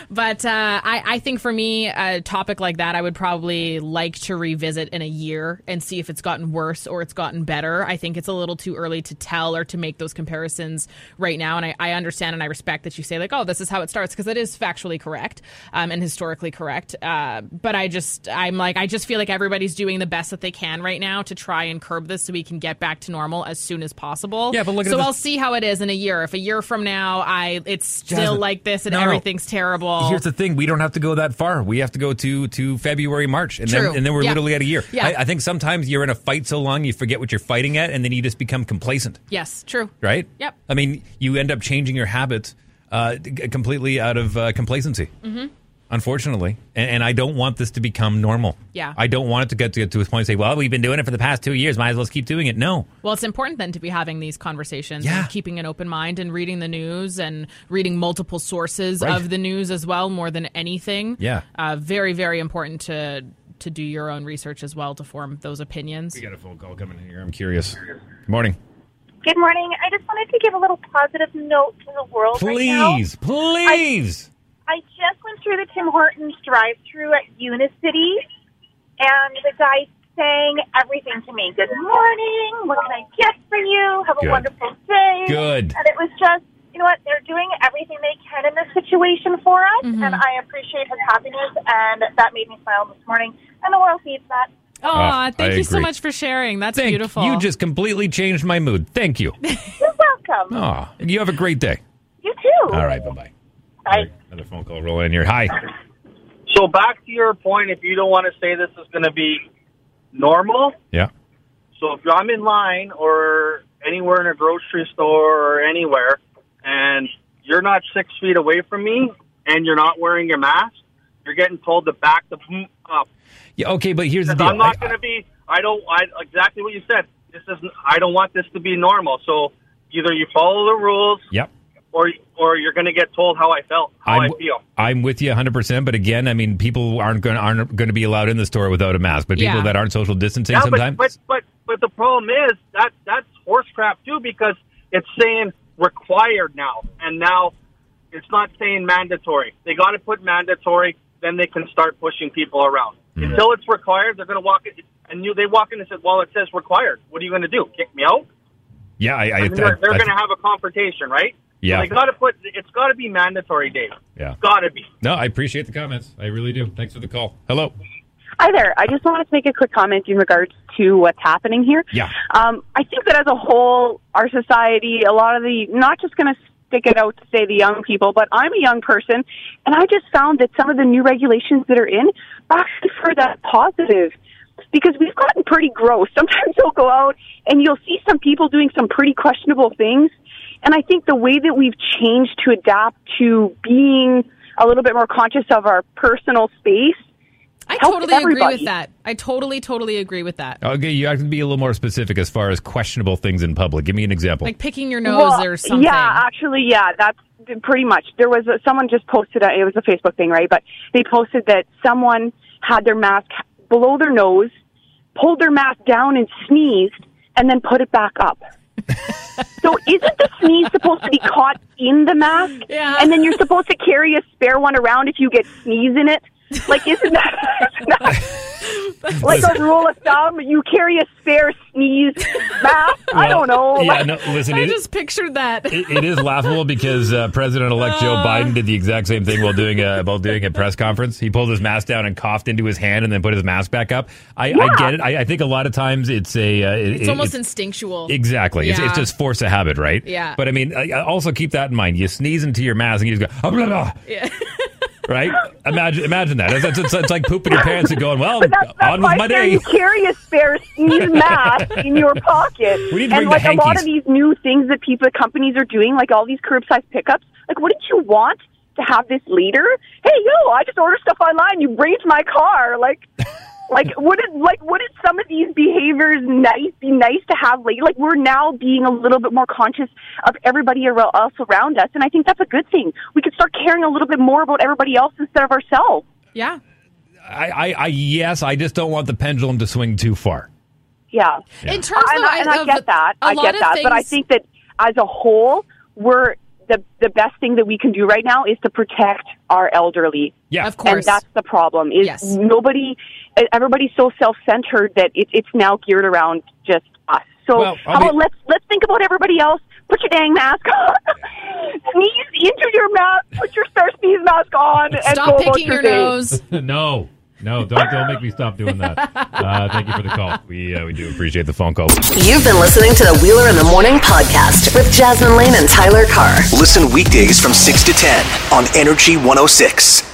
But uh, I, I think for me, a topic like that, I would probably like to revisit in a year and see if it's gotten worse or it's gotten better. I think it's a little too early to tell or to make those comparisons right now. And I, I understand and I respect that you say, like, oh, this is how it starts, because it is factually correct um, and historically correct. Uh, but I just, I'm like, I just just feel like everybody's doing the best that they can right now to try and curb this so we can get back to normal as soon as possible.
Yeah, but look at
so
the-
I'll see how it is in a year. If a year from now I it's still
Jasmine,
like this and
no, no.
everything's terrible.
Here's the thing: we don't have to go that far. We have to go to to February, March, and
True.
then and then we're
Yeah.
literally at a year.
Yeah.
I, I think sometimes you're in a fight so long you forget what you're fighting at, and then you just become complacent,
yes, true.
right?
Yep.
I mean, you end up changing your habits uh, g- completely out of uh, complacency.
Mm-hmm.
Unfortunately, and, and I don't want this to become normal.
Yeah.
I don't want it to get to, get to a point and say, "Well, we've been doing it for the past two years. Might as well keep doing it." No,
Well, it's important then to be having these conversations
Yeah.
and keeping an open mind and reading the news and reading multiple sources
Right.
of the news as well, more than anything.
Yeah.
Uh, very, very important to to do your own research as well to form those opinions.
We got a phone call coming in here. I'm curious. Good morning.
Good morning. I just wanted to give a little positive note to the world right now.
please, please.
I just went through the Tim Hortons drive-through at Unicity, and the guy sang everything to me. Good morning. What can I get for you? Have
Good.
a wonderful day.
Good.
And it was just, you know what? They're doing everything they can in this situation for us, and I appreciate his happiness, and that made me smile this morning. And the world needs that.
Oh,
Ah,
thank
I
you so
agree.
much for sharing. That's
Thank-
beautiful.
You just completely changed my mood. Thank you.
You're welcome.
Oh, you have a great day.
You too.
All right, bye bye.
Bye.
Another phone call roll in here. Hi.
So back to your point, if you don't want to say this is going to be normal,
Yeah.
so if I'm in line or anywhere in a grocery store or anywhere, and you're not six feet away from me and you're not wearing your mask, you're getting told to back the f- up.
Yeah. Okay, but here's the deal.
I'm not
I-
going to be. I don't. I exactly what you said. This is. I don't want this to be normal. So either you follow the rules,
Yep.
or or you're going to get told how I felt, how i
I'm-
feel.
I'm with you 100%, but again, I mean, people aren't going to aren't going to be allowed in the store without a mask, but people
Yeah.
that aren't social distancing
yeah,
sometimes.
But, but but but the problem is that that's horse crap too because it's saying required now, and now it's not saying mandatory. They got to put mandatory, then they can start pushing people around. Until it's required, they're going to walk in, and you they walk in and say, "Well, it says required. What are you going to do? Kick me out?"
yeah, I, I,
I mean,
I-
they're
I-
going to have a confrontation, right?
Yeah.
So they got to put. It's got to be mandatory, Dave.
Yeah.
Got to be.
No, I appreciate the comments. I really do. Thanks for the call. Hello.
Hi there. I just wanted to make a quick comment in regards to what's happening here.
Yeah.
Um, I think that as a whole, our society, a lot of the, not just going to stick it out to say the young people, but I'm a young person, and I just found that some of the new regulations that are in are actually for that positive. Because we've gotten pretty gross. Sometimes you'll go out and you'll see some people doing some pretty questionable things. And I think the way that we've changed to adapt to being a little bit more conscious of our personal space
I
helped
totally agree
everybody.
with that. I totally, totally agree with that.
Okay, you have to be a little more specific as far as questionable things in public. Give me an example.
Like picking your nose
Well,
or something.
Yeah, actually, yeah, that's pretty much. There was a, someone just posted a, it was a Facebook thing, right? But they posted that someone had their mask below their nose, pulled their mask down and sneezed, and then put it back up. so isn't the sneeze supposed to be caught in the mask? Yeah. And then you're supposed to carry a spare one around if you get sneeze in it. Like isn't that, isn't that like a rule of thumb? You carry a spare sneeze mask. I
Well,
don't know.
yeah,
Like-
no, listen, I it- just
pictured that.
It, it is laughable because uh, President-elect Joe Biden did the exact same thing while doing a while doing a press conference. He pulled his mask down and coughed into his hand, and then put his mask back up. I, I
Yeah.
get it. I, I think a lot of times it's a uh, it-
it's
it-
almost instinctual.
Exactly. It's,
Yeah.
it's just force of habit, right?
Yeah.
But I mean, I- I also keep that in mind. You sneeze into your mask and you just go, "Ah, blah, blah,"
Yeah.
right? Imagine imagine that. It's, it's, it's, it's like pooping your pants and going, well,
But that's, that's
on
why
with my
there
day.
you carry a spare sneeze mask in your pocket.
We need to bring
and
the
like a lot
hankies.
of these new things that people, companies are doing, like all these curbside pickups. Like, wouldn't you want to have this later? Hey, yo, I just ordered stuff online. You bring it to my car. Like, like wouldn't like wouldn't some of these behaviors nice be nice to have later? Like, we're now being a little bit more conscious of everybody ar- else around us, and I think that's a good thing. We could start caring a little bit more about everybody else instead of ourselves.
Yeah.
I, I, I, yes, I just don't want the pendulum to swing too far.
Yeah.
Yeah.
In terms
and,
of-
I, and I
of
get that.
a
I
lot
get
of
that. But I
things-
think that as a whole, we're the the best thing that we can do right now is to protect our elderly.
Yeah.
Of And that's the problem. Is
Yes.
nobody e, everybody's so self centered that it, it's now geared around just us. So
Well,
how
I'll
about
be-
let's let's think about everybody else. Put your dang mask on. Sneeze into your mask. Put your star sneeze mask on. and
Stop
go about
picking your
day.
nose.
no. No, don't don't make me stop doing that. Uh, thank you for the call. We uh, we do appreciate the phone call.
You've been listening to the Wheeler in the Morning podcast with Jasmine Lane and Tyler Carr.
Listen weekdays from 6 to 10 on Energy 106.